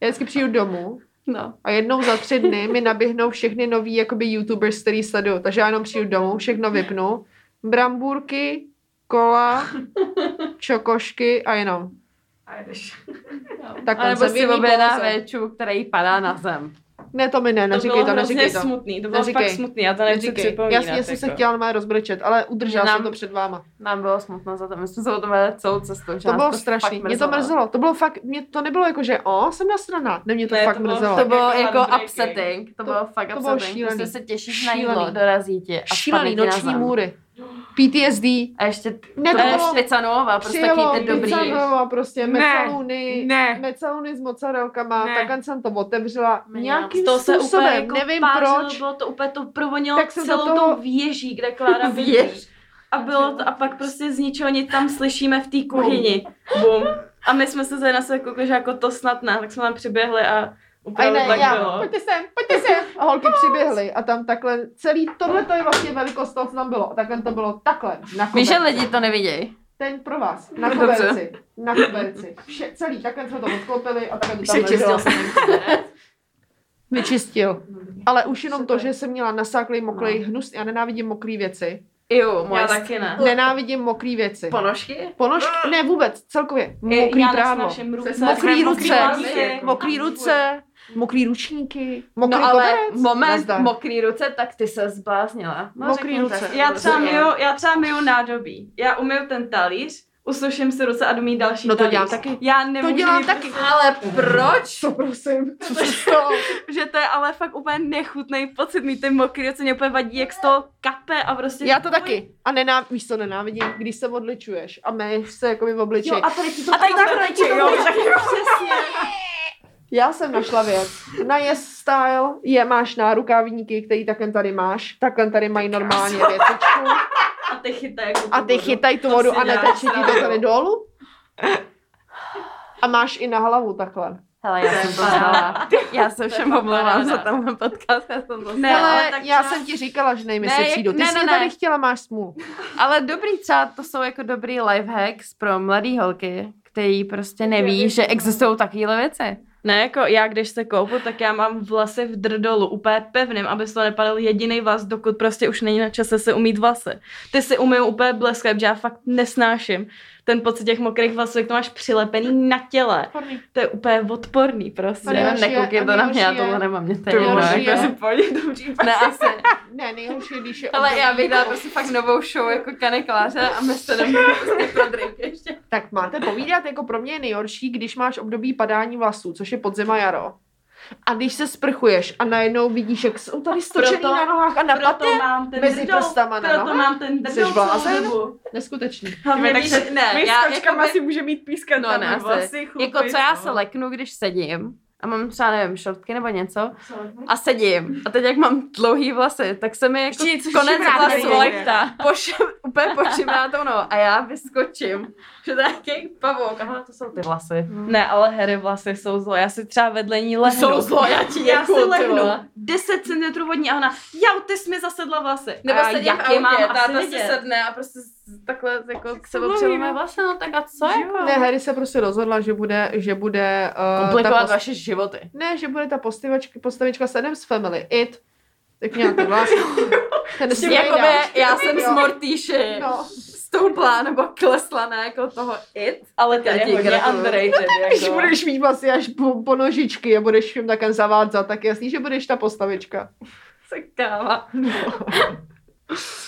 S1: já vždycky přijdu domů
S2: No.
S1: a jednou za tři dny mi naběhnou všechny nový jakoby youtubers, který sleduju. Takže já jenom přijdu domů, všechno vypnu, brambůrky, kola, čokošky a jenom.
S3: A jdeš.
S1: Tak
S2: A nebo
S1: jsem v
S2: si
S1: jiný
S2: objedná
S1: poloze.
S2: véču, která jí padá na zem.
S1: Ne, to mi ne,
S3: To
S1: neříkej
S3: bylo
S1: to,
S3: hrozně
S1: neříkej to.
S3: smutný, to bylo
S1: Neříkej.
S3: fakt smutný, já to nechci
S1: Neříkej.
S3: připomínat.
S1: Jasně, já jsem se
S3: jako.
S1: chtěla normálně rozbrečet, ale udržela
S2: Nám-
S1: jsem to před váma.
S2: Nám bylo smutno za to, my jsme se o tom vedli celou cestou. že
S1: To
S2: nás
S1: bylo
S2: fakt
S1: strašný, mě to
S2: mrzelo.
S1: mrzelo. To bylo fakt, mě to nebylo jako, že o, jsem nasraná. Ne, mě to
S3: Ne,
S1: fakt
S3: to bylo-
S1: mrzelo.
S2: To bylo
S3: Jako
S2: jako
S3: heartbreaking.
S2: upsetting, to
S1: To-
S2: bylo fakt
S1: to bylo
S2: upsetting. Prostě
S1: šílený.
S2: se těšíš na
S1: Šílený.
S2: jídlo, dorazí ti a spadne
S1: Šílený
S2: ti na
S1: noční
S2: zem.
S1: můry. PTSD.
S2: A ještě
S1: Ne,
S2: to
S1: to
S2: bylo
S1: bylo-
S2: špicanova, prostě
S1: Přijelo
S2: taky ty dobrý.
S1: pizza prostě
S4: Ne,
S1: mecaluny,
S4: ne.
S1: mecaluny s mozzarellkama,
S4: Ne.
S1: takhle jsem to otevřela
S2: Mňam.
S1: nějakým
S3: to se úplně
S1: způsobem,
S3: jako
S1: nevím
S3: pářilo,
S1: proč.
S3: bylo to úplně to provonilo
S1: Tak
S3: tak
S1: jsem
S3: celou
S1: do toho-
S3: tou věží, kde Klára bydlí.
S2: Věž.
S3: A bylo to, a pak prostě z ničeho nic tam slyšíme v té kuhyni. Bum. A my jsme se zde na sebe koukli, že jako to snad ne, tak jsme tam přiběhli a
S1: A
S3: opravdu
S1: ne,
S3: tak
S1: já,
S3: bylo.
S1: pojďte sem, pojďte sem. A holky přiběhly a tam takhle celý, tohle to je vlastně velikost toho, co tam bylo. A takhle to bylo takhle, na
S2: Víš, že
S1: koberci.
S2: lidi to neviděj.
S1: Ten pro vás, na
S2: Dobře.
S1: koberci, na koberci. Vše, celý, takhle jsme to odklopili a takhle to tam leželo.
S3: Přečistil jsem internet.
S1: Vyčistil. Ale už jenom to, že jsem měla nasáklý, mokrý hnus, já nenávidím mokré věci.
S3: Jo,
S4: Já
S3: moje
S4: taky
S3: taky ne.
S1: Nenávidím mokrý věci.
S3: Ponožky?
S1: Ponožky? Ne, vůbec, celkově. Mokrý
S3: já
S1: trávno.
S3: nesnáším ruce.
S1: Mokrý ruce,
S3: vlasy.
S1: mokrý ruce, mokrý ručníky, mokrý
S2: No ale
S1: koberec.
S2: moment,
S1: Nazdar.
S2: mokrý ruce, tak ty se zbláznila.
S1: No, Mokrý
S2: řekněte.
S1: ruce.
S3: Já třeba, miju, já třeba miju nádobí. Já umiju ten talíř, usuším si ruce a jdu mít další
S1: No to
S3: talíř.
S1: dělám taky.
S3: Já nemůžu
S1: To dělám
S3: mít-
S1: taky.
S2: Ale proč?
S1: Co prosím? Co se stalo?
S3: Že to je ale fakt úplně nechutný pocit mít ty mokrý ruce, mě úplně vadí, jak z toho kape a prostě...
S1: Já to taky. A nená, víš co, nenávidím, když se odličuješ a meješ se jakoby v obliči.
S3: Jo, a tady ti to a tady takhle ti to Přesně.
S1: Já jsem našla věc. Na Yes Style je, máš nárukávníky, který takhle tady máš, takhle tady mají normálně věcičku
S3: A ty chytaj jako
S1: a ty
S3: vodu.
S1: chytají tu
S3: To
S1: vodu
S3: si
S1: a
S3: děláš
S1: neteče ti to
S3: srandu.
S1: tady dolů. A máš i na hlavu takhle.
S2: Hele, já jsem to znala. Já se všem omlouvám za tenhle podcast, já jsem to
S3: Ne,
S1: Ne, ale
S3: ale tak
S1: já
S3: třeba-
S1: jsem ti říkala, že nejmi
S2: Ne,
S1: se
S2: jak-
S1: přijdu. Ty
S2: ne,
S1: jsi
S2: ne,
S1: mě
S2: ne.
S1: tady chtěla, máš smůlu.
S2: Ale dobrý, třeba to jsou jako dobrý lifehacks pro mladý holky, který prostě neví, že existují takovéhle věci.
S3: Ne, jako já, když se koupu, tak já mám vlasy v drdolu, úplně pevným, aby z toho nepadl jediný vlas, dokud prostě už není na čase si umít vlasy. Ty si umyju úplně bleskem, protože já fakt nesnáším ten pocit těch mokrých vlasů, jak to máš přilepený na těle. To je úplně odporný prostě.
S1: Nejhorší
S2: Nevím,
S1: je-
S2: nekoukej to na
S1: nejhorší
S2: mě, já
S1: je-
S2: tohle nemám, mě to
S1: Ty
S2: je jedno,
S1: nejhorší
S2: jako-
S1: je-
S2: Ne, asi.
S1: Ne, nejhorší je, když je
S2: Ale já
S1: období
S2: bych dala
S1: po-
S2: prostě fakt novou show jako kanekláře a my se nemůžeme prostě pro drink ještě.
S1: Tak máte povídat, jako pro mě je nejhorší, když máš období padání vlasů, což je podzima jaro. A když se sprchuješ a najednou vidíš, jak jsou tady stočený
S3: Proto-
S1: na nohách a na
S3: Proto
S1: patě.
S3: mám ten
S1: mezi
S3: drdol,
S1: prstama na
S3: proto
S1: nohách?
S3: mám ten drdol
S1: Jsi blázen?
S3: celou dobu.
S1: Neskutečný.
S3: Hlavně
S4: tak
S3: víš,
S4: se-
S2: Ne,
S4: My
S2: já
S4: s kočkama
S2: jakoby-
S4: si může mít pískat
S2: No,
S4: tam
S2: ne, asi.
S3: vlastně
S4: vlasy,
S2: Jako
S4: chlupy,
S2: co já
S4: no.
S2: se leknu, když sedím a mám třeba, nevím, šortky nebo něco a sedím. A teď, jak mám dlouhý vlasy, tak se mi jako
S4: Ještě něco
S2: konec
S4: šimrá
S2: vlasů
S4: někde.
S2: lekta. Pošim, úplně počimrá to no a já vyskočím. Že to je nějaký pavouk. Aha, to jsou ty vlasy.
S3: Ne, ale hery vlasy jsou zlo. Já si třeba vedle ní lehnu.
S2: Jsou zlo, já ti
S3: Já si
S2: děkuju, ty
S3: lehnu
S2: vole.
S3: 10 cm od ní a ona, jau, ty jsi mi zasedla vlasy.
S2: Nebo
S3: A
S2: sedím
S3: jak
S2: v
S3: je
S2: autě,
S3: mám asi
S2: táta si
S3: vidět?
S2: sedne a prostě s- takhle jako k sebou
S4: mluví,
S2: přilíme
S4: no.
S2: vlasy, no tak a co? Jako?
S1: Ne, Harry se prostě rozhodla, že bude, že bude uh, ta
S2: Komplikovat
S1: post-
S2: vaše životy.
S1: ne, že bude ta postavička, postavička sedem z Family It. Tak nějak to
S2: [LAUGHS]
S1: vás. Ten Snyder.
S2: Jakoby Jako já jsem
S1: Jo.
S2: s Mortýši
S1: No.
S2: stoupla nebo klesla na jako toho it.
S3: Ale ten
S2: Já ti
S3: je hodně
S2: gratuluju. [LAUGHS]
S3: underrated.
S1: Když
S3: Jako.
S1: budeš mít vlastně až po, po nožičky a budeš všem takem zavádzat, tak jasný, že budeš ta postavička.
S2: Káva.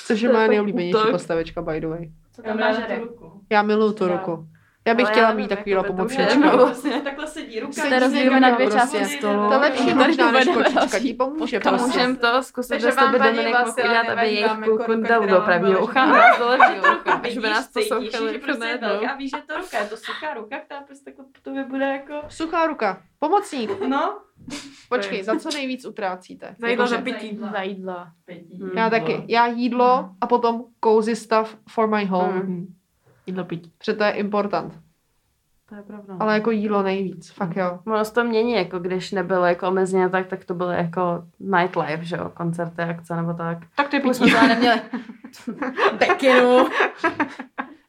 S1: Což je
S2: To je
S1: moje
S2: tak
S1: nejoblíbenější
S2: útok.
S1: postavička, by the way.
S6: Co tam máš Erik?
S1: Já miluju tu ruku. Já bych
S2: Ale
S1: chtěla
S2: já
S1: mít
S2: nevím,
S1: takový
S2: jakoby to
S1: pomocničku.
S2: mělo-
S3: vlastně takhle sedí ruka.
S1: Jste rozdělili na dvě části
S5: stolu.
S1: To je lepší
S5: Tady
S1: možná
S5: to
S1: než
S5: bude
S1: kočička,
S5: další
S1: ti pomůže.
S2: To
S1: prostě.
S2: můžem to zkusit,
S5: Takže
S2: jestli
S5: vám
S2: by
S5: paní
S2: Dominik mohl
S5: Vasily
S2: udělat, aby
S5: nevadí,
S2: jejich
S5: vám
S2: kůl
S5: jako
S2: kundal do
S5: krokodýlem
S2: pravého
S5: byli.
S2: ucha a nás do [LAUGHS] levého ucha,
S3: Vidíš,
S2: že by nás
S3: cítíš, že
S2: poslouchali. no.
S3: prostě je
S2: najednou.
S3: velká, víš, že to ruka, je to suchá ruka, která prostě jako po tobě bude jako,
S1: Suchá ruka. Pomocník.
S3: no.
S1: Počkej, za co nejvíc utrácíte?
S4: Za jídlo,
S2: Jako,
S1: Jakože-
S4: za pití.
S2: no.
S5: Za jídla.
S2: Hmm.
S1: Já taky. Já jídlo a potom cozy stuff for my home. Mm.
S2: Hmm. Jídlo pití.
S1: Protože to je important.
S2: To je pravda.
S1: Ale jako jídlo nejvíc. Fakt jo.
S2: Ono se to mění, jako když nebylo jako omezeně tak, tak to bylo jako nightlife, že jo, koncerty, akce nebo tak.
S4: Tak to je
S2: Už jsme
S4: pití.
S2: to [LAUGHS] neměli. Pekinu.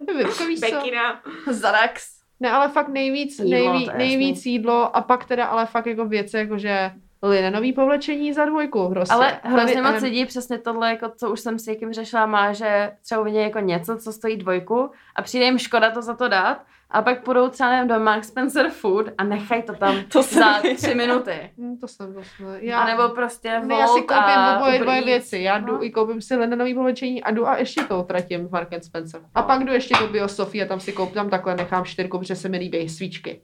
S1: Nevím,
S2: [LAUGHS]
S1: to víš co?
S4: Pekina.
S2: Zarax.
S1: Ne, ale fakt nejvíc,
S2: Jídlo, to je
S1: nejví,
S2: jasný.
S1: nejvíc jídlo a pak teda ale fakt jako věci, jako že linenový povlečení za dvojku prostě.
S2: Ale hrozně
S1: Tady-
S2: moc lidí přesně tohle, jako co už jsem s někým řešila, má, že třeba uvidí jako něco, co stojí dvojku a přijde jim škoda to za to dát a pak půjdou třeba nevím, do Mark Spencer Food a nechají [LAUGHS] to tam
S3: To se
S2: za
S3: mi-
S2: tři minuty.
S1: Hm, To jsem vlastně.
S2: A
S1: Já,
S2: nebo prostě
S1: ne, já si
S2: Volt
S1: koupím
S2: a
S1: oboje
S2: Uber
S1: dvoje
S2: Eats.
S1: věci. Já jdu
S2: No.
S1: i koupím si linenový povlečení a jdu a ještě to utratím v Market Spencer.
S2: No.
S1: A pak jdu ještě do Biosofie a tam si koupím, tam takhle nechám čtyřku, protože se mi líbí svíčky.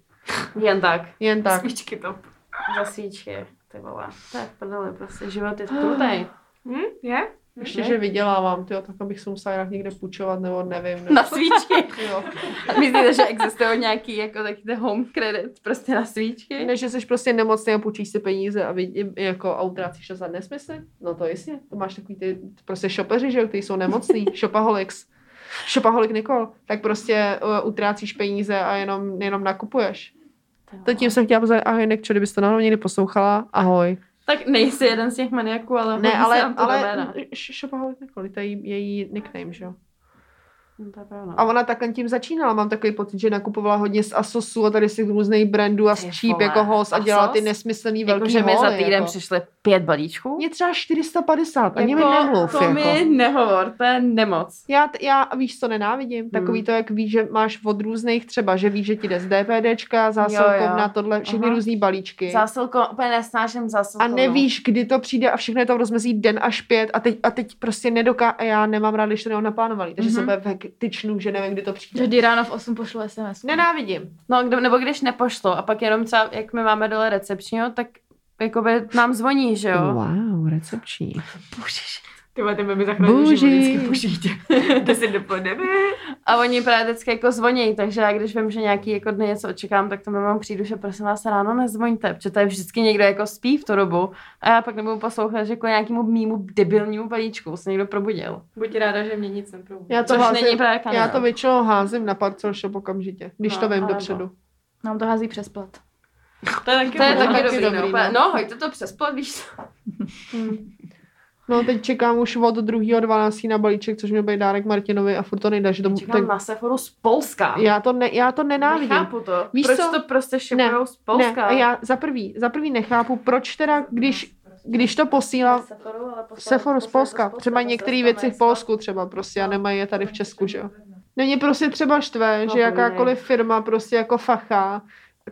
S2: Jen tak,
S1: Jen tak.
S4: Svíčky to.
S2: za svíčky. Ty vole, to je v prdeli, prostě život [GASPS] je krutej.
S4: Hm? Je?
S1: Ještě, že vydělávám, tyjo, tak abych se musela jinak někde půjčovat, nebo nevím. Nebo,
S2: Na svíčky. [LAUGHS]
S1: jo.
S2: Myslíte, že existují nějaký jako taky ty home credit prostě na svíčky?
S1: Ne, že jsi prostě nemocný a půjčíš si peníze a, vidí, jako, a utrácíš to za nesmysly? No to jistě. To máš takový ty prostě šopeři, že jo, kteří jsou nemocný. Shopaholics. Shopaholik Nikol. Tak prostě uh, utrácíš peníze a jenom, jenom nakupuješ. To tím jsem chtěla poznat, ahoj Nekčo, kdybyste to náhodou někdy poslouchala, ahoj.
S2: Tak nejsi jeden z těch maniaků, ale
S1: Ne,
S2: hodí se
S1: ale,
S2: nám to do
S1: ale
S2: jména.
S1: š- Shopaholik Nikol, to je její- její nickname, že jo.
S2: No, to je pravda.
S1: A ona takhle tím začínala, mám takový pocit, že nakupovala hodně z Asosu a tady z těch různých brandů a z
S2: Ty
S1: číp
S2: vole,
S1: jako host a dělala ty
S2: Asos?
S1: nesmyslný velký
S2: Jakože mi za
S1: holy,
S2: týden
S1: jako.
S2: přišly pět balíčků.
S1: Mě třeba 450, ani mi
S3: Jako,
S1: nemluv.
S3: To
S1: jako.
S3: mi nehovor, to je nemoc.
S1: Já, t- já víš, co
S2: Hmm.
S1: nenávidím? Takový to, jak víš, že máš od různých třeba, že víš, že ti jde z DPDčka, zásilkovna,
S2: jo.
S1: tohle, všechny
S2: Aha.
S1: různý balíčky.
S2: Zásilko, úplně nesnáším no. zásilko.
S1: a nevíš, kdy to přijde a všechno je tam rozmezí den až pět a teď, a teď prostě nedoká a já nemám rád, když to nemám naplánovaný, takže
S2: Mhm.
S1: mm-hmm. jsem úplně tyčnu, že nevím, kdy to přijde.
S5: Že kdy ráno v 8 pošlu SMS.
S1: Nenávidím.
S2: No, kdo, nebo když nepošlou a pak jenom třeba, jak my máme dole recepčního, tak jakoby nám zvoní, že jo?
S1: Wow, recepční.
S4: Ty vole, tebe by zachránil
S1: Boží.
S4: život vždycky [LAUGHS] použít. Deset dopoledne.
S2: A oni právě vždycky jako zvoní, takže já když vím, že nějaký jako dny něco očekám, tak to mám přijdu, že prosím vás ráno nezvoňte, protože tady vždycky někdo jako spí v tu dobu a já pak nebudu poslouchat, že jako nějakému mýmu debilnímu balíčku se někdo probudil.
S3: Buď ráda, že mě nic neprobudí.
S1: Já to,
S2: Což není
S1: házím,
S2: právě kanál.
S1: já to většinou házím na parcel shop okamžitě, když
S2: No,
S1: to vím
S2: alebo-
S1: dopředu.
S5: Nám to hází přes plat.
S3: To je taky,
S2: to je
S1: No,
S2: taky
S1: taky
S2: dobrý,
S1: dobrý,
S2: no. úplně.
S1: no.
S2: No, hoďte to přes plot, víš co?
S1: No teď čekám už od 2.12. na balíček, což měl být dárek Martinovi a furt to nejde, že to,
S2: Čekám
S1: No, tak,
S2: na Seforu z Polska.
S1: já, to ne, já to nenávidím.
S2: Nechápu to.
S1: Víš
S2: Proč
S1: co?
S2: to prostě šipujou z
S1: Ne,
S2: Polska?
S1: a já za prvý, za prvý nechápu, proč teda, když, když to posílá
S6: Seforu, ale poslali-
S1: Seforu z
S6: poslali to
S1: Polska, třeba
S6: to se
S1: některé
S6: dostane
S1: věci v
S6: zpátky.
S1: Polsku třeba prostě a nemají je tady v Česku, že jo. No mě prostě třeba štve,
S2: No,
S1: že
S2: to
S1: jakákoliv firma prostě jako facha,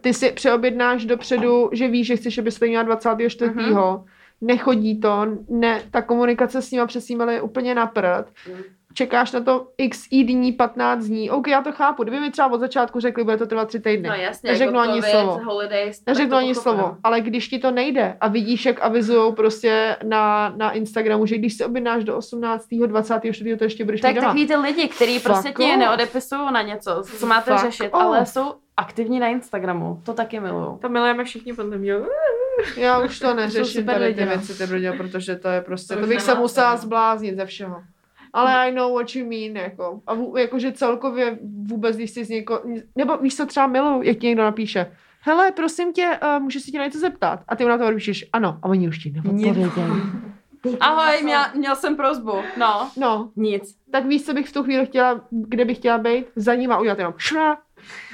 S1: ty si přeobjednáš dopředu, že víš, že chceš, aby jsi to měla 24.
S2: Mhm.
S1: Mm-hmm. Nechodí to, ne, ta komunikace s nima přes e-mail je úplně na prd.
S2: Mhm.
S1: Čekáš na to x i dní, 15 dní. OK, já to chápu. Kdyby mi třeba od začátku řekli, bude to trvat 3 týdny.
S2: No jasně,
S1: Neřeknu
S2: jako
S1: ani
S2: covid,
S1: slovo.
S2: Holidays, tak
S1: Neřeknu
S2: to
S1: ani
S2: pochopím.
S1: slovo, ale když ti to nejde a vidíš, jak avizují prostě na, na Instagramu, že když se objednáš do 18. 24. to ještě budeš mít
S2: Tak
S1: doma.
S2: takový ty lidi, kteří prostě
S1: Fuck
S2: ti
S1: off.
S2: neodepisují na něco, co máte
S1: Fuck
S2: řešit,
S1: off.
S2: ale jsou aktivní na Instagramu. To taky miluju.
S4: To milujeme všichni podle mě.
S1: Já už to neřeším
S2: super
S1: tady ty
S2: lidi, no.
S1: věci, ty lidi, protože to je prostě,
S3: To
S1: to,
S3: už
S1: bych se
S3: nemá
S1: musela
S3: cenu.
S1: zbláznit ze všeho. Ale I know what you mean, jako. A vů, jakože celkově vůbec, když si z něko, nebo víš co třeba miluju, jak ti někdo napíše, hele, prosím tě, uh, můžu se ti na něco zeptat? A ty mu na to odpíšeš, ano, a oni už ti neodpovědějí.
S2: Ahoj, měl, měl jsem prozbu. No,
S1: No,
S2: nic.
S1: tak víš, co bych v tu chvíli chtěla, kde bych chtěla být? Za nima udělat jenom šra.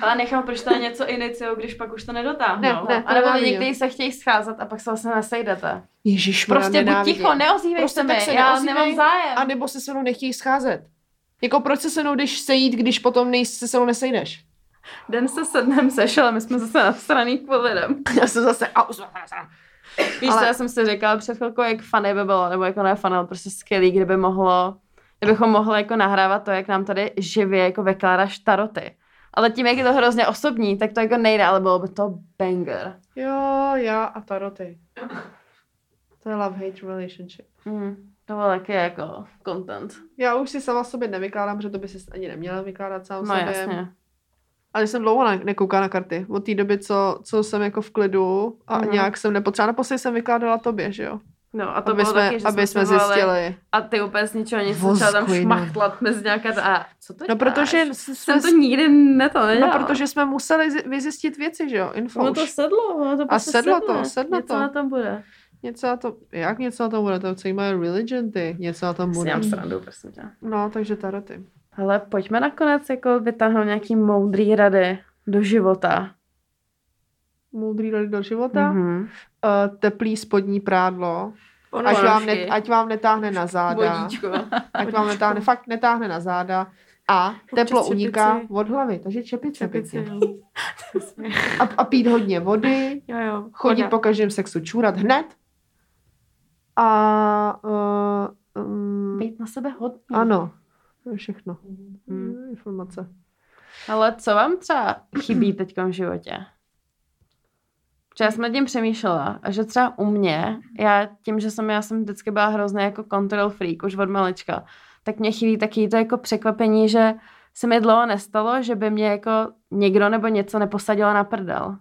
S3: Ale nechám, proč to něco iniciou, když pak už to
S1: Ne,
S3: nedotáhnou.
S1: ne,
S2: A nebo
S1: nenávidím.
S2: někdy se chtějí scházet a pak se vlastně nesejdete.
S1: Ježíš,
S2: Prostě buď ticho, neozývej
S1: Prostě
S2: se
S1: tak
S2: mi,
S1: se
S2: já
S1: neozývej
S2: nemám zájem.
S1: A nebo se se mnou nechtějí scházet. Jako proč se se mnou jdeš sejít, když potom nej, se se mnou nesejdeš?
S2: Den se sednem sešel a my jsme zase nasraný kvůli lidem.
S1: [LAUGHS] Já jsem zase... A,
S2: Víš,
S1: Ale-
S2: co já jsem si říkala před chvilkou, jak funny by bylo, nebo jako ne funny, ale prostě skvělý, kdyby mohlo, kdybychom mohli jako nahrávat to, jak nám tady živě jako vykládáš taroty. Ale tím, jak je to hrozně osobní, tak to jako nejde, ale bylo by to banger.
S1: jo, já a taroty. To je love-hate relationship.
S2: Mm, to bylo taky jako content.
S1: Já už si sama sobě nevykládám, protože to by si ani neměla vykládat sám
S2: No
S1: sobě.
S2: jasně.
S1: Ale jsem dlouho na, nekouká na karty. Od té doby, co, co jsem jako v klidu a
S2: Mhm.
S1: mm. nějak jsem nepotřebovala. Naposledy jsem vykládala tobě, že jo?
S2: No a to
S1: aby
S2: bylo
S1: jsme,
S2: taky, že
S1: aby jsme
S2: volali-
S1: zjistili.
S2: A ty úplně z ničeho nic
S1: Vosku
S2: začala tam
S1: jenom.
S2: šmachtlat mezi nějaká ta- a co to
S1: No
S2: děláš?
S1: protože s- jsme,
S2: jsem to nikdy neto
S1: no,
S2: nedělala.
S1: protože jsme museli zi- vyzjistit věci, že jo? Info
S2: No
S1: už.
S2: to sedlo, ono to prostě
S1: sedlo to,
S2: sedne.
S1: sedlo
S2: Něco
S1: to.
S2: na tom bude.
S1: Něco na to, jak něco na tom bude, to celý moje religion, ty, něco na tom
S2: S
S1: bude.
S2: ním srandu, prosím tě.
S1: No, takže taroty.
S2: Ale pojďme nakonec jako vytáhnout nějaký moudrý rady do života.
S1: Moudrý rady do života, mm-hmm.
S2: Mhm.
S1: uh, teplý spodní prádlo,
S2: Ponožky.
S1: ať vám, ne, ať vám netáhne na záda,
S3: Bodíčko.
S1: ať vám netáhne, fakt netáhne na záda a teplo
S4: čepici.
S1: uniká od hlavy, takže čepice.
S4: Čepici,
S1: pěkně.
S4: jo.
S1: A, a pít hodně vody,
S4: Jo, jo.
S1: chodit
S4: Voda.
S1: po každém sexu čůrat hned a uh, um,
S2: Být na sebe hodný.
S1: ano, to je všechno. Hmm,
S2: Mhm.
S1: Informace.
S2: Ale co vám třeba
S1: [CLEARS THROAT]
S2: chybí teď v životě? Protože já jsem nad tím přemýšlela, a že třeba u mě, já tím, že jsem, já jsem vždycky byla hrozně jako control freak, už od malička, tak mě chybí taky to jako překvapení, že se mi dlouho nestalo, že by mě jako někdo nebo něco neposadilo na prdel.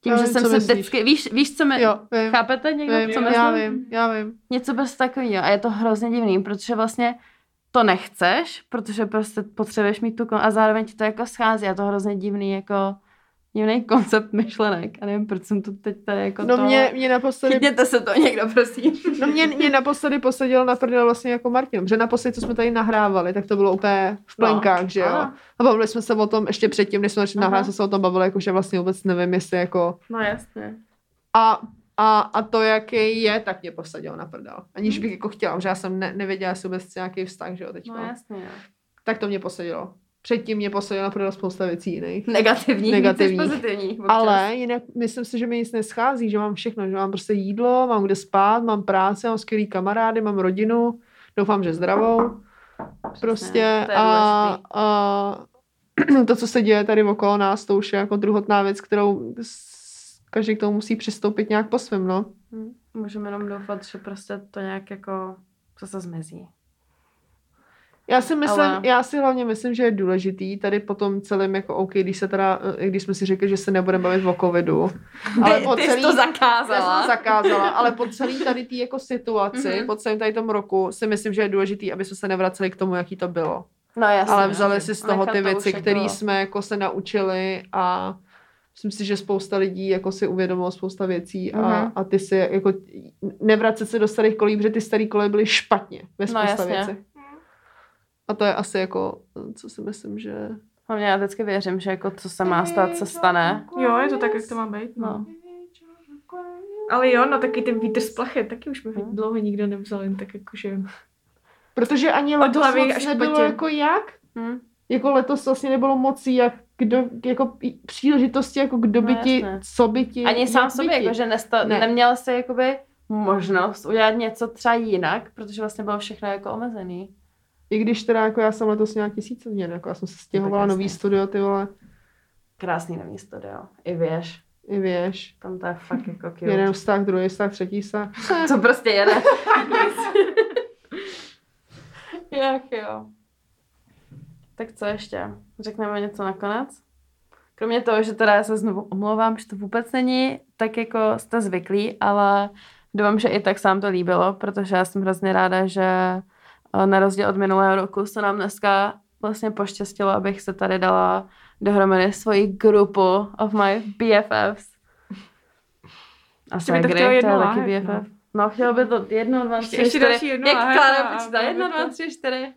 S2: Tím,
S1: Já
S2: že
S1: vím,
S2: jsem
S1: co
S2: se
S1: myslíš.
S2: vždycky, víš, víš, co mi,
S1: Jo, vím,
S2: chápete někdo,
S1: vím,
S2: co
S1: já
S2: myslím?
S1: vím, já vím.
S2: něco bez takového. A je to hrozně divný, protože vlastně to nechceš, protože prostě potřebuješ mít tu kon- a zároveň ti to jako schází. A to hrozně divný jako divný koncept myšlenek. A nevím, proč jsem to teď tady jako
S1: No
S2: to...
S1: mě, mě naposledy,
S2: Chytněte se to někdo, prosím.
S1: no mě, mě naposledy posadil na prdel vlastně jako Martin, protože naposledy, co jsme tady nahrávali, tak to bylo úplně v plenkách, no, že jo.
S2: ano.
S1: A bavili jsme se o tom ještě předtím, než jsme začali
S2: Aha. No
S1: nahrávat, jsme se o tom bavili, jakože vlastně vůbec nevím, jestli jako...
S3: No jasně.
S1: A A, a to, jaký je, tak mě posadil na prdel. Aniž bych jako chtěla, že já jsem ne, nevěděla, jestli vůbec nějaký vztah, že jo, teď.
S2: No jasně, no.
S1: tak to mě posadilo. Předtím mě posadilo na prdel spousta věcí jiných.
S2: Negativní,
S1: Negativní.
S2: Negativní. pozitivní. Občas.
S1: Ale jinak myslím si, že mi nic neschází, že mám všechno, že mám prostě jídlo, mám kde spát, mám práci, mám skvělý kamarády, mám rodinu, doufám, že zdravou. Prostě
S2: to je
S1: a,
S2: důležitý.
S1: a [CLEARS THROAT] to, co se děje tady okolo nás, to už je jako druhotná věc, kterou s- každý k tomu musí přistoupit nějak po svém, no.
S2: Hm, Můžeme jenom doufat, že prostě to nějak jako co se zmezí.
S1: Já si myslím,
S2: Ale-
S1: já si hlavně myslím, že je důležitý tady po tom celém, jako OK, když se teda, eh, když jsme si řekli, že se nebudeme bavit o
S2: [LAUGHS]
S1: covidu, ale po
S2: ty jsi to
S1: Já
S2: zakázala.
S1: jsem zakázala, ale po celý tady té jako situaci,
S2: Mhm.
S1: mm-hmm. po celém tady tom roku si myslím, že je důležitý, aby jsme se nevraceli k tomu, jaký to bylo.
S2: No jasně.
S1: ale vzali si z toho
S2: Nechat
S1: ty
S2: to už
S1: věci,
S2: jako-
S1: které jsme jako se naučili a myslím si, že spousta lidí jako si uvědomilo spousta věcí a,
S2: Mhm.
S1: mm-hmm. a ty si jako nevracet se do starých kolí, protože ty starý koleje byly špatně
S2: No
S1: ve spousta
S2: jasně.
S1: no, věcech. A to je asi jako, co si myslím, že...
S2: Hlavně já vždycky věřím, že jako co se má stát, se stane.
S3: Jo, je to tak, jak to má být.
S2: No.
S3: No. Ale jo, no taky ten vítr z plachet, taky už mi
S2: No.
S3: dlouho nikdo nevzal, jen tak jakože...
S1: Protože ani letos
S3: hlavy
S1: moc
S3: až k
S1: nebylo
S3: patě.
S1: jako jak,
S2: Hm?
S1: jako letos vlastně nebylo moc jak kdo, jako i- příležitosti, jako kdo by
S2: No,
S1: ti,
S2: jasné.
S1: co by ti,
S2: Ani
S1: jak
S2: sám
S1: by
S2: sobě, jako,
S1: ti.
S2: jakože nesta- ne.
S1: Ne.
S2: neměl jsi jakoby možnost udělat něco třeba jinak, protože vlastně bylo všechno jako omezený.
S1: I když teda jako já jsem letos měla tisíc změn, jako já jsem se stěhovala
S2: Tak
S1: nový
S2: jasně.
S1: studio, ty vole,
S2: Krásný nový studio. I věž.
S1: i věš,
S2: Tam to je fakt jako
S1: jo.
S2: cute.
S1: jeden vztah, druhý vztah, třetí vztah.
S3: [LAUGHS]
S2: Co prostě jede. [LAUGHS] Jak jo. Tak co ještě? Řekneme něco nakonec? Kromě toho, že teda já se znovu omlouvám, že to vůbec není tak, jako jste zvyklí, ale doufám, že i tak se vám to líbilo, protože já jsem hrozně ráda, že eh, na rozdíl od minulého roku se nám dneska vlastně poštěstilo, abych se tady dala dohromady svoji grupu of my BFFs. A
S3: by to
S2: ségry,
S3: chtělo
S2: to je
S3: jedno
S2: taky
S3: láhev,
S2: BFF. No, chtělo by to jedno, jako- dva,
S3: Ještě-
S2: tři,
S3: ještě
S2: čtyři.
S3: další jedno
S2: Jak
S3: lahev
S2: Klára
S3: a-
S2: počítá,
S3: a-
S2: jedno, dva,
S3: to-
S2: tři, čtyři.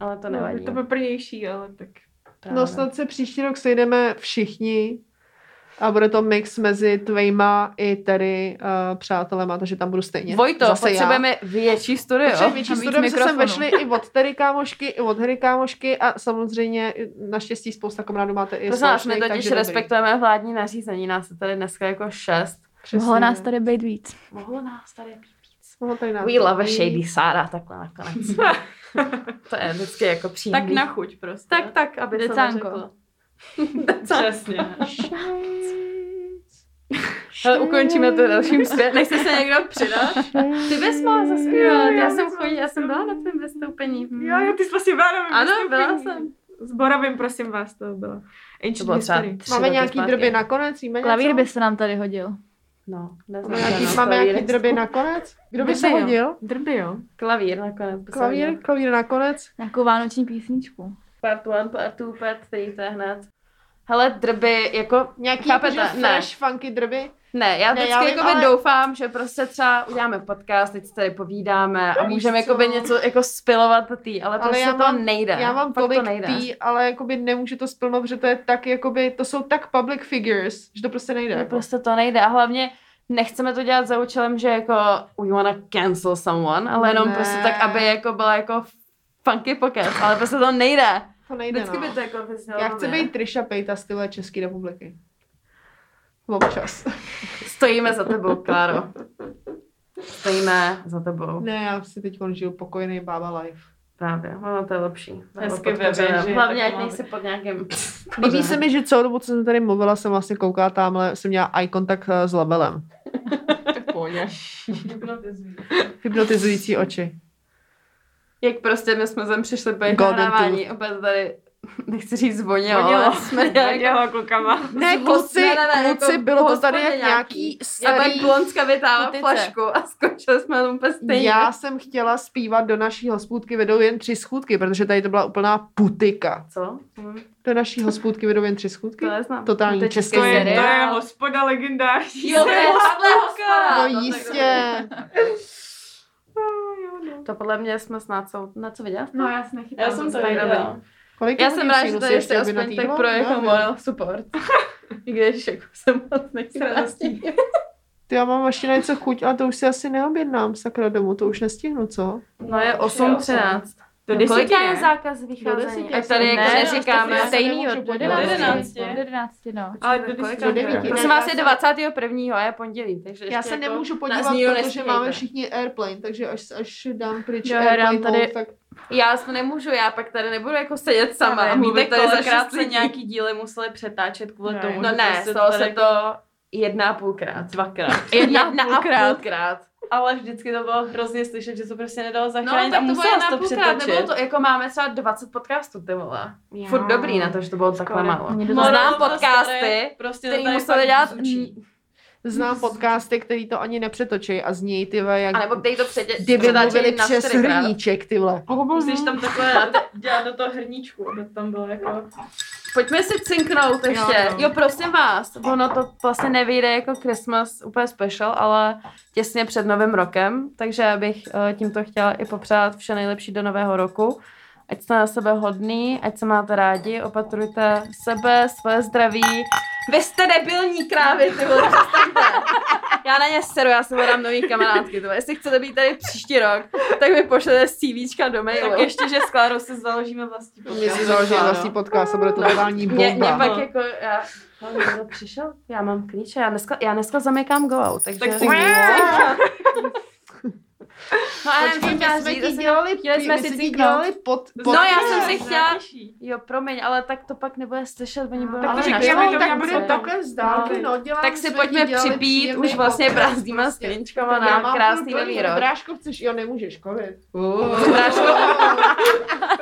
S2: Ale to
S3: No,
S2: nevadí.
S3: je to poprnější, ale tak...
S2: právě.
S1: No snad se příští rok sejdeme všichni a bude to mix mezi tvejma i tady uh, přátelema, takže tam budu stejně.
S2: Vojto,
S1: Zase já.
S2: potřebujeme větší studio.
S1: Protože větší
S5: A víc
S1: studio jsme sem
S5: mikrofonů.
S1: vešli i od Terry kámošky, i od Harry kámošky a samozřejmě naštěstí spousta kamarádů máte i
S2: Prosím nás, my
S1: společných,
S2: totiž
S1: takže dobrý.
S2: respektujeme vládní nařízení, nás je tady dneska jako šest.
S1: Přesně.
S5: Mohlo nás tady být víc.
S2: Mohlo nás tady být víc.
S1: Mohlo tady nás
S2: We love a
S1: být.
S2: shady Sara, takhle nakonec. [LAUGHS] to je vždycky jako příjemný. Tak na... chuť prostě. Tak, tak, aby se
S5: Decánko.
S2: neřeklo.
S3: Přesně.
S2: Ale ukončíme to dalším zpět. Nechci se někdo přidat? Ty bys mohla zaspívat. Já jsem chodila, já jsem byla na tvém vystoupení. Hm.
S3: Jo, jo, ty jsi vlastně byla na mém
S2: Ano, no, byla
S3: vystoupení.
S2: jsem.
S3: S Boravým, prosím vás, to bylo. Ancient
S2: To bylo třeba
S3: History.
S2: tři
S1: Máme
S2: roky
S1: nějaký
S2: zpátky.
S1: drby nakonec? Víme
S5: Klavír
S1: něco?
S5: by se nám tady hodil.
S2: No,
S1: Máme
S2: neznamená.
S1: nějaký, máme nějaký drby nakonec? Kdo by
S3: Drby,
S1: se
S3: jo.
S1: hodil?
S3: Drby, jo.
S2: Klavír no, nakonec. by se
S1: Klavír?
S2: hodil.
S1: Klavír nakonec?
S5: Nějakou vánoční písničku.
S2: Part 1, part 2, part 3, to je hned. Hele, drby, jako
S1: Nějaký
S2: Chápete?
S1: jakože
S2: Ne.
S1: fresh funky drby?
S2: Ne, já
S1: Ne,
S2: vždycky
S1: já vím,
S2: jako by
S1: ale-
S2: doufám, že prostě třeba uděláme podcast, teď se tady povídáme a
S1: Víš
S2: můžeme
S1: co?
S2: jako by něco jako spilovat do tý, ale,
S1: Ale
S2: prostě
S1: já
S2: to
S1: mám-
S2: nejde.
S1: Já mám
S2: Fakt
S1: tolik
S2: to nejde.
S1: tý, ale jakoby nemůžu to splnout, protože to je tak, jakoby, to jsou tak public figures, že to prostě nejde.
S2: To
S1: jako.
S2: prostě to nejde a hlavně nechceme to dělat za účelem, že jako we wanna cancel someone, ale jenom
S1: Ne.
S2: prostě tak, aby jako byla jako funky pocket, ale prostě to nejde.
S1: To nejde,
S2: Vždycky
S1: no.
S2: by to jako vyznělo.
S1: Já chci
S2: blbě.
S1: být Trisha Pejta z tyhle České republiky. [LAUGHS] Občas.
S2: Stojíme za tebou, Kláro. Stojíme za tebou.
S1: Ne, já si teď žiju pokojný bába life.
S2: Právě, ono to je lepší.
S3: Hezky
S2: Pod
S3: ve věži,
S2: kořenem. Hlavně,
S3: tak
S2: ať
S3: to má
S2: nejsi pod nějakým...
S1: Líbí se mi, že celou dobu, co jsem tady mluvila, jsem vlastně koukala tamhle, jsem měla eye contact eh, s [LAUGHS] labelem. [LAUGHS] Hypnotizující oči.
S2: Jak prostě my jsme sem přišli po jejich
S1: Golden
S2: nahrávání, opět tady, nechci říct zvonilo,
S3: Vonilo.
S2: ale [LAUGHS]
S3: [LAUGHS]
S2: jsme jako...
S3: Dělala klukama.
S1: Ne,
S2: Zhus-
S1: kluci,
S2: ne, ne, ne,
S1: kluci,
S2: jako
S1: bylo to tady
S2: hospodě
S1: jak
S2: nějaký.
S1: nějaký
S2: Já
S1: starý...
S2: tak Blonska vytáhla
S5: Kutice.
S2: flašku a skočili jsme na úplně stejně.
S1: Já jsem chtěla zpívat do naší hospůdky vedou jen tři schůdky, protože tady to byla úplná putika.
S2: Co? Hm,
S1: Do naší hospůdky vedou jen tři schůdky?
S2: To neznám.
S1: Totální
S2: To je český
S1: český
S3: To je, to je
S2: seriál.
S3: hospoda legendární.
S2: Jo, to je hospoda, hospoda.
S1: No
S2: tak
S1: jistě.
S2: dobrý. To podle mě jsme snad jsou... Na co viděla?
S7: No, já jsem nechytala.
S2: Já jsem to
S7: tady
S2: viděla.
S1: [LAUGHS] Kolik
S2: Já
S1: je
S2: jsem
S1: hodin
S2: ráda, že
S1: sinus
S2: to ještě jako
S1: aby na
S2: aspoň tak [LAUGHS]
S1: týdlo?
S2: pro jako
S1: No,
S2: moral support. I když jako jsem moc nechtěla.
S1: Ty já mám ještě na něco chuť, ale to už si asi neobjednám, sakra domů, to už nestihnu, co?
S3: No je 8.13. To
S2: No, Kolik
S3: desítky,
S2: je
S3: ne?
S2: zákaz
S1: Do
S2: vycházení?
S1: desíti
S2: A tady jako
S5: Ne, no,
S2: neříkáme.
S5: to Stejný od
S3: Do
S5: 11.
S3: jedenácti.
S5: Do 11, no.
S3: Ale
S4: do
S3: kolika?
S1: Do devíti.
S2: Prosím vás, je 21. a je pondělí, takže
S1: Já
S2: ještě
S1: se
S2: jako
S1: nemůžu
S2: nás
S1: podívat,
S2: nikdo
S1: protože
S2: nestíhejte.
S1: máme všichni airplane, takže až, až dám pryč
S5: Jo, já dám
S1: airplane
S5: tady-
S1: mode, tak
S2: Já to nemůžu, já pak tady nebudu jako sedět sama a
S3: A víte,
S2: mluvit tady za
S3: kolikrát
S2: šest
S3: se
S2: lidí.
S3: nějaký díly museli přetáčet kvůli
S4: Ne.
S3: tomu,
S2: No
S3: že
S2: ne,
S3: prostě
S2: stalo
S3: tady
S2: se
S3: jako
S2: to jedna a půlkrát.
S3: dvakrát.
S2: Jedna, a
S5: půlkrát.
S2: půlkrát.
S3: Ale vždycky to bylo hrozně slyšet, že to prostě nedalo
S2: No,
S3: zachránit
S2: tak
S3: a
S2: to bylo jedna
S3: musela
S2: a
S3: to
S2: půlkrát,
S3: přetočit.
S2: nebylo to, jako máme třeba 20 podcastů, ty vole.
S3: Jo.
S2: Furt dobrý na to, že to bylo takhle málo.
S5: Mě
S3: No,
S5: dost-
S2: Znám
S3: to bylo
S2: podcasty,
S3: staré, prostě
S2: který
S3: to tady
S2: museli
S3: fakt
S2: dělat-
S3: zvučí.
S1: znám podcasty, který to ani nepřetočí a zní ty vole, jak
S2: A nebo který to předě...
S1: kdyby
S2: přetáčeli
S1: mluvili
S2: na
S1: přes
S2: čtyřikrát.
S1: hrníček, ty vole.
S3: Musíš tam takhle dát- dělat do toho hrníčku, aby tam bylo jako...
S2: Pojďme si cinknout ještě. Jo,
S3: jo.
S2: prosím vás, ono to vlastně nevyjde jako Christmas úplně special, ale těsně před novým rokem, takže já bych eh, tímto chtěla i popřát vše nejlepší do nového roku. Ať jste na sebe hodný, ať se máte rádi, opatrujte sebe, svoje zdraví. Vy jste debilní krávy, ty vole, přestaňte. Já na ně seru, já se hledám nový kamarádky. Tyhle. Jestli chcete být tady příští rok, tak mi pošlete CVčka do mailu.
S3: Tak ještě, že s Klárou si založíme vlastně vlastní
S1: Mě si
S3: podcast.
S1: založím
S3: Ano.
S1: vlastní podcast a bude to totální
S2: Mě, mě
S1: bomba.
S2: pak jako, já, no, někdo přišel, já mám klíče, já dneska, já dneska zamykám go out, takže...
S3: Tak si
S2: No a
S1: Počkej,
S2: nevím,
S1: my
S2: já
S1: jsme
S2: říct,
S1: ti
S2: zase-
S1: dělali,
S2: chtěli jsme
S1: my
S2: si
S1: jsme ti
S2: cinknout.
S1: dělali pod, pod
S2: No, já jsem si
S3: Ne,
S2: chtěla-
S3: netěší.
S2: Jo, promiň, ale tak to pak nebude slyšet, oni budou
S3: tak
S2: ale
S3: to
S2: na
S3: řekněme,
S2: škole,
S3: to
S2: tak
S3: budeme
S2: budeme-
S3: takhle
S1: z
S3: dálky, no,
S1: dělám,
S2: Tak si pojďme připít už vlastně prázdnýma
S1: Prostě.
S2: skleničkama na krásný nový rok.
S1: Bráško chceš, jo, nemůžeš, covid. [LAUGHS]
S2: Bráško,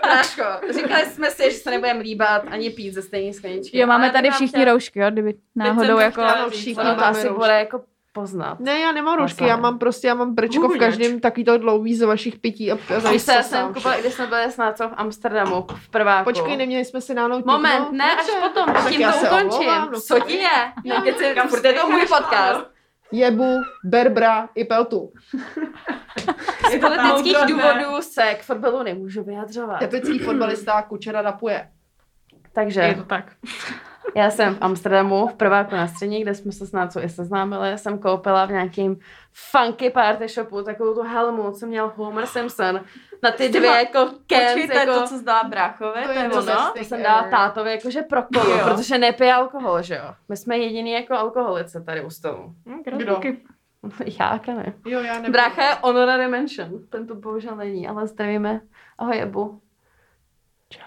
S2: bráško, říkali jsme si, že se nebudeme líbat ani pít ze stejné skleničky.
S5: Jo, máme
S2: Ale
S5: tady
S2: mám
S5: všichni
S2: chtěla-
S5: roušky, jo, kdyby
S3: jsem
S5: náhodou
S3: to
S5: jako...
S3: chtěla
S1: Ano,
S3: říct,
S1: všichni
S2: Ono to
S1: máme
S2: asi
S1: roušky.
S2: bude jako poznat.
S1: Ne, já nemám roušky,
S2: sorry.
S1: já mám prostě, já mám brčko v každém takový to dlouhý z vašich pití a, a
S2: Víš, co, já
S1: zase
S2: jsem
S1: sám.
S2: kupovala, když jsme byli s Nácou v Amsterdamu v prváku.
S1: Počkej, neměli jsme no. si nánout
S2: Moment,
S1: tiknout?
S2: ne, až
S1: Dobře.
S2: potom,
S1: Tak
S2: tím
S1: já
S2: to
S1: se
S2: ukončím.
S1: omlouvám, no
S2: Co ti je?
S1: Já
S2: Věci,
S3: kam
S2: furt je to můj
S3: spěcháš,
S2: podcast.
S1: Jebu, berbra i peltu.
S2: Z politických důvodů se k fotbalu nemůžu vyjadřovat.
S1: Teplický fotbalista Kučera napuje.
S2: Takže
S4: to tak.
S2: [LAUGHS] já jsem v Amsterdamu, v prváku na střední, kde jsme se s Nácou i seznámili, jsem koupila v nějakém funky party shopu takovou tu helmu, co měl Homer Simpson na ty dvě jako
S3: Počkej,
S2: cans,
S3: to je
S2: jako...
S3: to, co zdá bráchové, to je
S1: to
S3: ono.
S1: best
S2: To
S1: thing
S2: jsem dala
S1: ever.
S2: tátovi jakože pro kolo,
S3: Jo.
S2: protože nepije alkohol, že jo? My jsme jediný jako alkoholice tady u stolu.
S5: Hm,
S1: Kdo?
S2: Já, ne.
S1: Jo, já nevím.
S2: Brácha je honorary mention. Ten tu bohužel není, ale zdravíme. Ahoj, Ebu. Čau.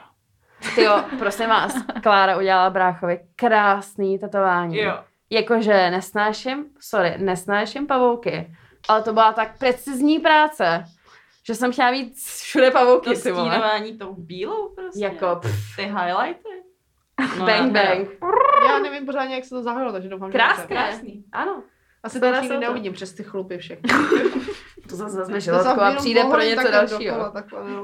S2: Ty jo, prosím vás, Klára udělala bráchovi krásný tetování.
S3: Jo.
S2: Jakože nesnáším, sorry, nesnáším pavouky, ale to byla tak precizní práce, že jsem chtěla mít všude pavouky,
S3: To
S2: ty vole.
S3: stínování tou bílou prostě.
S2: Jako pff,
S3: Ty highlighty. No,
S2: bang
S3: já-
S2: bang.
S1: Já nevím pořádně, jak se to zahralo, takže doufám, že
S2: Krásné.
S1: dobře.
S3: Krásný.
S2: Ano,
S1: Asi to už
S2: Zahrál
S1: nikdy
S2: jsem to.
S1: neuvidím přes ty chlupy všechny.
S2: to zase zazne
S1: To
S2: žilotku a
S1: zavírám
S2: přijde pro
S1: pohled
S2: něco
S1: takhle
S2: dalšího.
S1: dokola, takhle, no.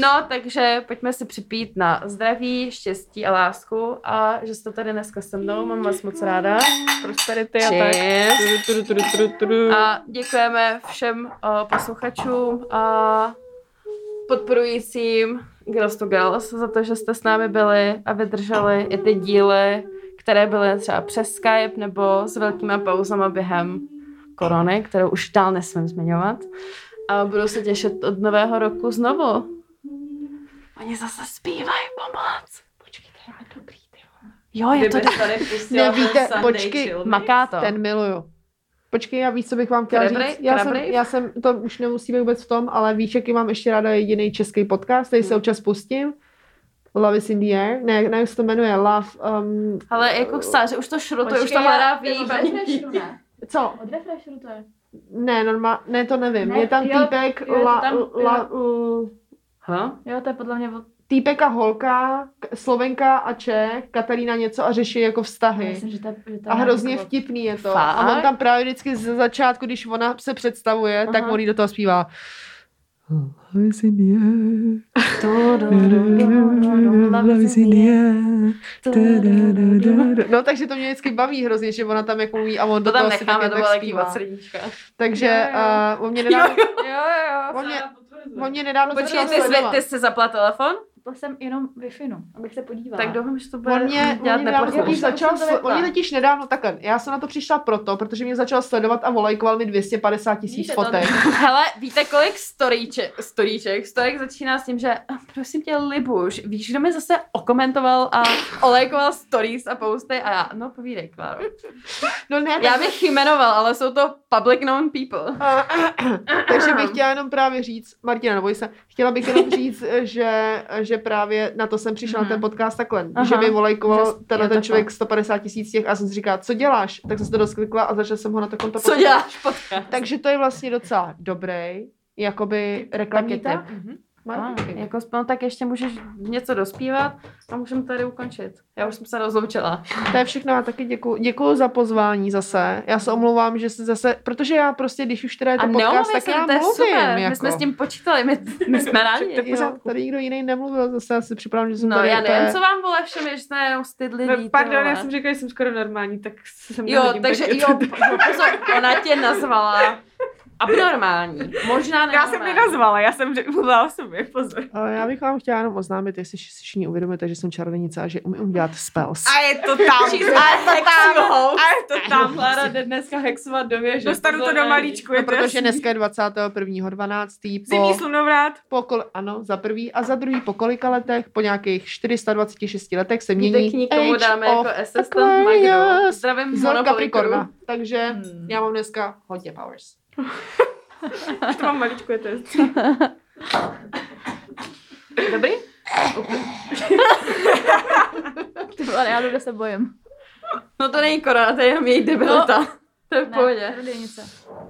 S2: No, takže pojďme si připít na zdraví, štěstí a lásku a že jste tady dneska se mnou, mám vás moc ráda.
S5: Prosperity
S2: Cheers.
S4: Tru, tru, tru, tru, tru.
S2: A děkujeme všem uh, posluchačům a podporujícím Girls to Girls za to, že jste s námi byli a vydrželi i ty díly, které byly třeba přes Skype nebo s velkýma pauzama během korony, kterou už dál nesmím zmiňovat. A budu se těšit od nového roku znovu. Oni zase zpívají pomoc. Počkej, to je dobrý, ty Jo, je to
S3: Kdyby tady pustila
S1: Nevíte,
S3: ten Sunday
S1: počkej,
S3: chill mix.
S2: Maká to.
S1: Ten miluju. Počkej, já víš, co bych vám chtěla
S2: Krabry?
S1: říct. Já jsem,
S2: Krabry?
S1: já jsem, to už nemusíme vůbec v tom, ale víš, jaký mám ještě ráda jediný český podcast, který
S6: Hmm.
S1: se občas pustím. Love is in the air. Ne, ne, jak se to jmenuje. Love, um,
S2: Ale jako sáře, už to šrotuje, už to
S5: Počkej,
S2: hledá
S5: já-
S2: vyjíbaní.
S1: co?
S6: Od refresheru to je.
S1: Ne, normál, ne, to nevím.
S6: Ne,
S1: je tam
S6: jo,
S1: týpek,
S6: jo, je to
S1: la,
S6: tam,
S1: la, uh,
S2: Ha?
S6: Jo, to je podle mě od...
S1: týpek a holka, k- Slovenka a Čech, Katarína něco a řeší jako vztahy.
S6: Myslím, že to je... Že to je
S1: A hrozně
S5: jako-
S6: nějaký
S1: vtipný je to.
S2: Fakt?
S1: A on tam právě vždycky ze začátku, když ona se představuje, Aha. tak
S2: Aha.
S1: on jí do toho zpívá. No takže to mě vždycky baví hrozně, že ona tam jako mluví a on
S2: To
S1: do
S2: tam
S1: toho si tak
S2: necháme,
S1: jen
S2: to
S1: tak
S2: bylo taky
S1: zpívá.
S2: od srdíčka.
S1: Takže uh, on mě nedávno,
S2: Jo, jo.
S1: on mě,
S3: Sára potvrzuje.
S1: on mě nedávno
S2: Počkej,
S1: začal
S2: ty jsi,
S1: sledovat.
S2: ty jsi zapla telefon?
S5: Koupila jsem jenom Wi-Fi, no, abych se podívala.
S2: Tak doufám, že to bude
S1: On mě,
S2: dělat
S1: on mě dávno
S2: neposlušnost.
S1: totiž začal,
S5: Už jsem to
S1: sl-
S5: řekla.
S1: on mě totiž nedávno takhle. Já jsem na to přišla proto, protože mě začal sledovat a volajkoval mi 250 tisíc
S3: Víte to,
S1: fotek.
S2: [LAUGHS] Hele, víte, kolik storíček, storíček, storek začíná s tím, že "Ah, prosím tě, Libuš, víš, kdo mi zase okomentoval a olejkoval stories a posty a já, no povídej, Kláro.
S1: No ne,
S2: Já
S1: tak,
S2: bych jmenoval, ale jsou to public known people.
S1: takže bych chtěla jenom právě říct, Martina, neboj se, chtěla
S2: [LAUGHS]
S1: bych jenom říct, že, že právě na to jsem přišla na ten podcast takhle,
S2: Mhm. Aha.
S1: že mi volajkoval
S2: Že-
S1: tenhle
S2: jo,
S1: ten
S2: takhle.
S1: člověk 150 tisíc těch a jsem si říkala, co děláš? Tak jsem se to dosklikla a začala jsem ho na to konto
S2: Co děláš podcast?
S1: Takže to je vlastně docela dobrý, jakoby reklamní
S2: Taky mhm.
S1: tah.
S2: A,
S1: Marketing.
S2: jako no, tak ještě můžeš něco dospívat a můžeme tady ukončit. Já už jsem se rozloučila.
S1: To je všechno, já taky děkuju, děkuju za pozvání zase. Já se omlouvám, že se zase, protože já prostě, když už teda je to
S2: A
S1: podcast, tak
S2: neumyslím,
S1: já
S2: to je
S1: mluvím.
S2: super,
S1: Jako.
S2: my jsme s tím počítali, my, my jsme rádi.
S1: Tak pořád tady nikdo jiný nemluvil, zase já si připadám, že jsem
S2: No
S1: tady.
S2: já
S1: to je-
S2: nevím, co vám vole všem, je, že jste jenom stydliví.
S4: No, pardon,
S2: ty
S4: já
S2: vole.
S4: jsem říkala, že jsem skoro normální, tak jsem
S2: Jo,
S4: nehodím,
S2: takže
S4: tak je
S2: jo, no,
S4: to-
S2: pozor, ona tě nazvala abnormální. Možná
S4: Já jsem
S2: nenormální.
S4: nenazvala, já jsem řek- mluvila o sobě, pozor.
S1: Ale já bych vám chtěla jenom oznámit, jestli si všichni uvědomíte, že jsem čarodějnice a že umím dělat spells.
S4: A je to tam.
S2: A tak si ho-
S4: A je to tam.
S3: Klára jde dneska hexovat do věže.
S4: Dostanu to
S3: pozor
S4: do
S3: na ní.
S4: malíčku, je
S1: No,
S4: to
S1: protože
S4: jasný.
S1: dneska je 21.12.
S4: Zimní
S1: po,
S4: slunovrat.
S1: po kol, ano, za prvý a za druhý po kolika letech, po nějakých 426 letech se
S2: Víte,
S1: mění
S2: k nikomu
S1: Age
S2: dáme
S1: of
S2: jako assistant Magno.
S1: Aquarius.
S2: Zdravím
S1: Vzor
S2: Monopoly Crew.
S1: Capricorna. Takže
S6: Hmm.
S1: já mám dneska hodně [LAUGHS] powers.
S4: To mám maličku, je to jasný.
S2: Dobrý?
S5: [LAUGHS] Ty vole, já jdu, se bojím.
S2: No to není korona, to je jenom její debilita. To je v pohodě.
S5: čarodějnice.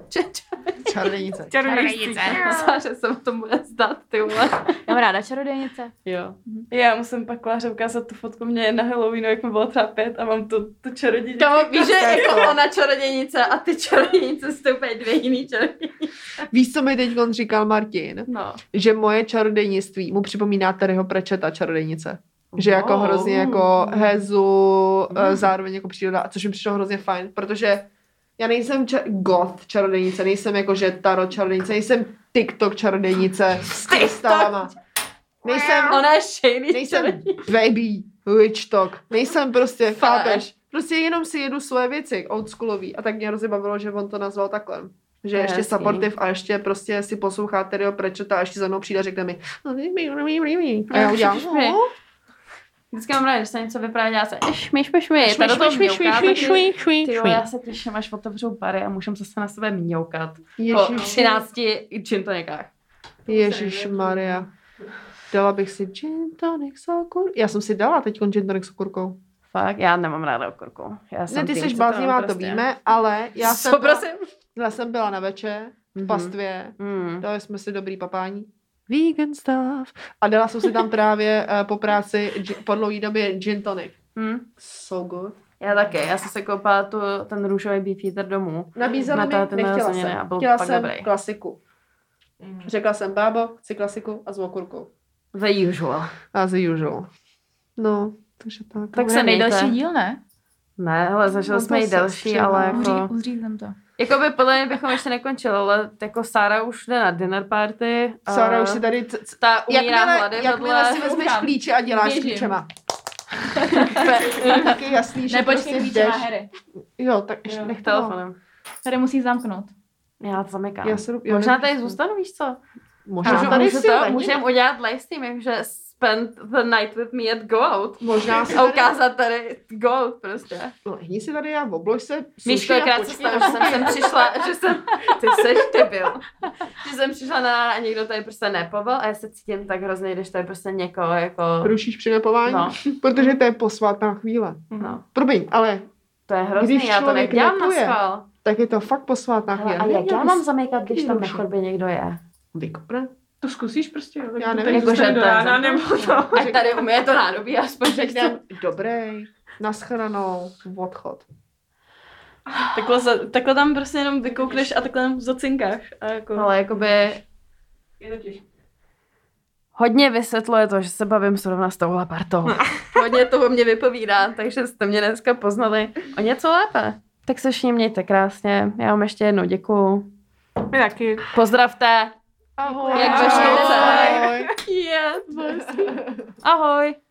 S2: Če- če-
S1: Čarodějnice.
S4: Čarodějnice.
S2: Sáře se o tom bude zdát, ty vole.
S5: Já mám ráda čarodějnice.
S2: Jo.
S3: Já musím pak Kláře ukázat tu fotku mě na Halloweenu, jak mi bylo třeba pět a mám tu, tu čarodějnici.
S2: To víš, že jako ona čarodějnice a ty čarodějnice jsou úplně dvě jiný čarodějnice.
S1: Víš, co mi teď říkal Martin?
S2: No.
S1: Že moje čarodejnictví mu připomíná Terryho Prečeta čarodějnice. Že jako
S2: Wow.
S1: hrozně jako hezu, eh, zároveň jako příroda, a což mi přišlo hrozně fajn, protože já nejsem ča- goth čarodějnice, nejsem jako že tarot čarodějnice, nejsem TikTok čarodějnice s krystálama. Nejsem,
S2: Ona je shady
S1: nejsem baby witch talk, nejsem prostě, chápeš? Prostě jenom si jedu svoje věci, oldschoolový. A tak mě hrozně bavilo, že on to nazval takhle. Že
S2: To je
S1: ještě
S2: hezký.
S1: supportive a ještě prostě si poslouchá Terryho Prečeta a ještě za mnou přijde a řekne mi "No, a já udělám
S2: Šmi. Vždycky mám ráda, když se něco vypráví, dělá se šmi, šmi, šmi, tady to
S1: šmi, šmi,
S2: mňouká, taky.
S1: šmi, šmi, šmi, šmi,
S2: Ty jo,
S1: šmi.
S2: já se těším, až otevřou bary a můžem zase na sebe mňoukat. Po
S1: Ježiš,
S2: 13 čintonikách.
S1: Ježíš Maria. Dala bych si gin tonic s okur... Já jsem si dala teď gin tonic s okurkou.
S2: Fakt, já nemám ráda okurku. Já jsem
S1: Ne, ty
S2: tým,
S1: jsi
S2: co to mám
S1: bláznivá, to
S2: prostě.
S1: víme, ale já
S2: Co,
S1: jsem, byla,
S2: prosím?
S1: já jsem byla na veče v
S2: Mhm.
S1: pastvě.
S2: Mm.
S1: Dali jsme si dobrý papání. Vegan stuff. A dala jsem si tam právě eh, po práci dži- po dlouhé době gin tonic.
S2: Mm.
S1: So good.
S2: Já taky, já jsem se koupala tu, ten růžový beefeater domů.
S1: Nabízela
S2: Na
S1: mi,
S2: ta- ten
S1: nechtěla
S2: rozhodně ne, a
S1: jsem.
S2: byl
S1: Chtěla
S2: fakt
S1: jsem
S2: dobrý. Mhm.
S1: klasiku. Řekla jsem, bábo, chci klasiku a s okurkou.
S2: The usual.
S1: As usual. No, takže tak.
S2: Tak se mějte.
S5: Bude nejdelší díl, ne?
S2: Ne, hele, zažili
S1: No to
S2: jsme i
S1: se
S2: další,
S1: střihá.
S2: ale
S5: Uzří,
S2: jako...
S5: uzříznem to.
S2: Jakoby podle mě bychom ještě nekončili, ale jako Sára už jde na dinner party. a
S1: Sára už si tady... c- c-
S2: Ta umírá hlady
S1: Jakmile,
S2: vedle-
S1: jakmile si vezmeš klíče a děláš s
S5: Běžím.
S1: klíčema.
S2: [LAUGHS] Mm.
S1: Taky jasný, že
S5: Ne,
S1: prostě
S5: počkej, klíče má
S1: jdeš.
S5: Harry.
S1: Jo, tak ještě nech to.
S2: Telefonem.
S5: Harry musí zamknout.
S2: Já to zamykám.
S1: Já se jdu- já
S2: Možná
S1: nevím,
S2: tady
S1: co-
S2: zůstanu, víš co?
S1: Možná
S2: Můžu,
S1: tady
S2: můžu
S1: si
S2: to,
S1: to,
S2: můžem udělat livestream, jakože spend the night with me at go out.
S1: Možná si
S2: A
S1: tady
S2: ukázat tady go out prostě.
S1: No, hni si tady a oblož se.
S2: Víš,
S1: suši a
S2: kolikrát se
S1: počkej
S2: stalo,
S1: na-
S2: že jsem sem přišla, [LAUGHS] že jsem, ty seš debil, že jsem přišla na a někdo tady prostě nepovel a já se cítím tak hrozně, když tady prostě někoho jako,
S1: Rušíš přilepování?
S2: no,
S1: Protože to je posvátná chvíle.
S2: no,
S1: Promiň, ale
S2: to je hrozný,
S1: Když
S2: já to
S1: člověk
S2: nedělám na
S1: nepije.
S2: schvál.
S1: tak je to fakt posvátná
S2: Hele,
S1: chvíle.
S2: a jak já
S1: Neměl
S2: mám Jako
S1: bys-
S2: zamykat, když tam na
S1: rušit.
S2: chodbě někdo je?
S1: Vykopne?
S4: To zkusíš prostě, jo. tak
S1: Já
S4: to
S1: nevím,
S4: tady
S2: jakože
S4: zůstane do
S2: to je
S4: rána,
S2: za-
S4: nebo to.
S2: [LAUGHS] Ať tady umije to nádobí, aspoň řekne.
S1: Řekne, dobrý, naschranou, odchod.
S3: Takhle, za, takhle tam prostě jenom vykoukneš a takhle jenom zacinkáš. A jako...
S2: Ale jakoby
S3: Je to těžké.
S2: hodně vysvětluje to, že se bavím zrovna s touhle partou. No, [LAUGHS] Hodně to o mě vypovídá, takže jste mě dneska poznali o něco lépe. Tak se všichni mějte krásně, já vám ještě jednou děkuju.
S4: My taky.
S2: Pozdravte
S1: Ahoj.
S2: Jak ve školce.
S1: Ahoj.
S2: Ahoj.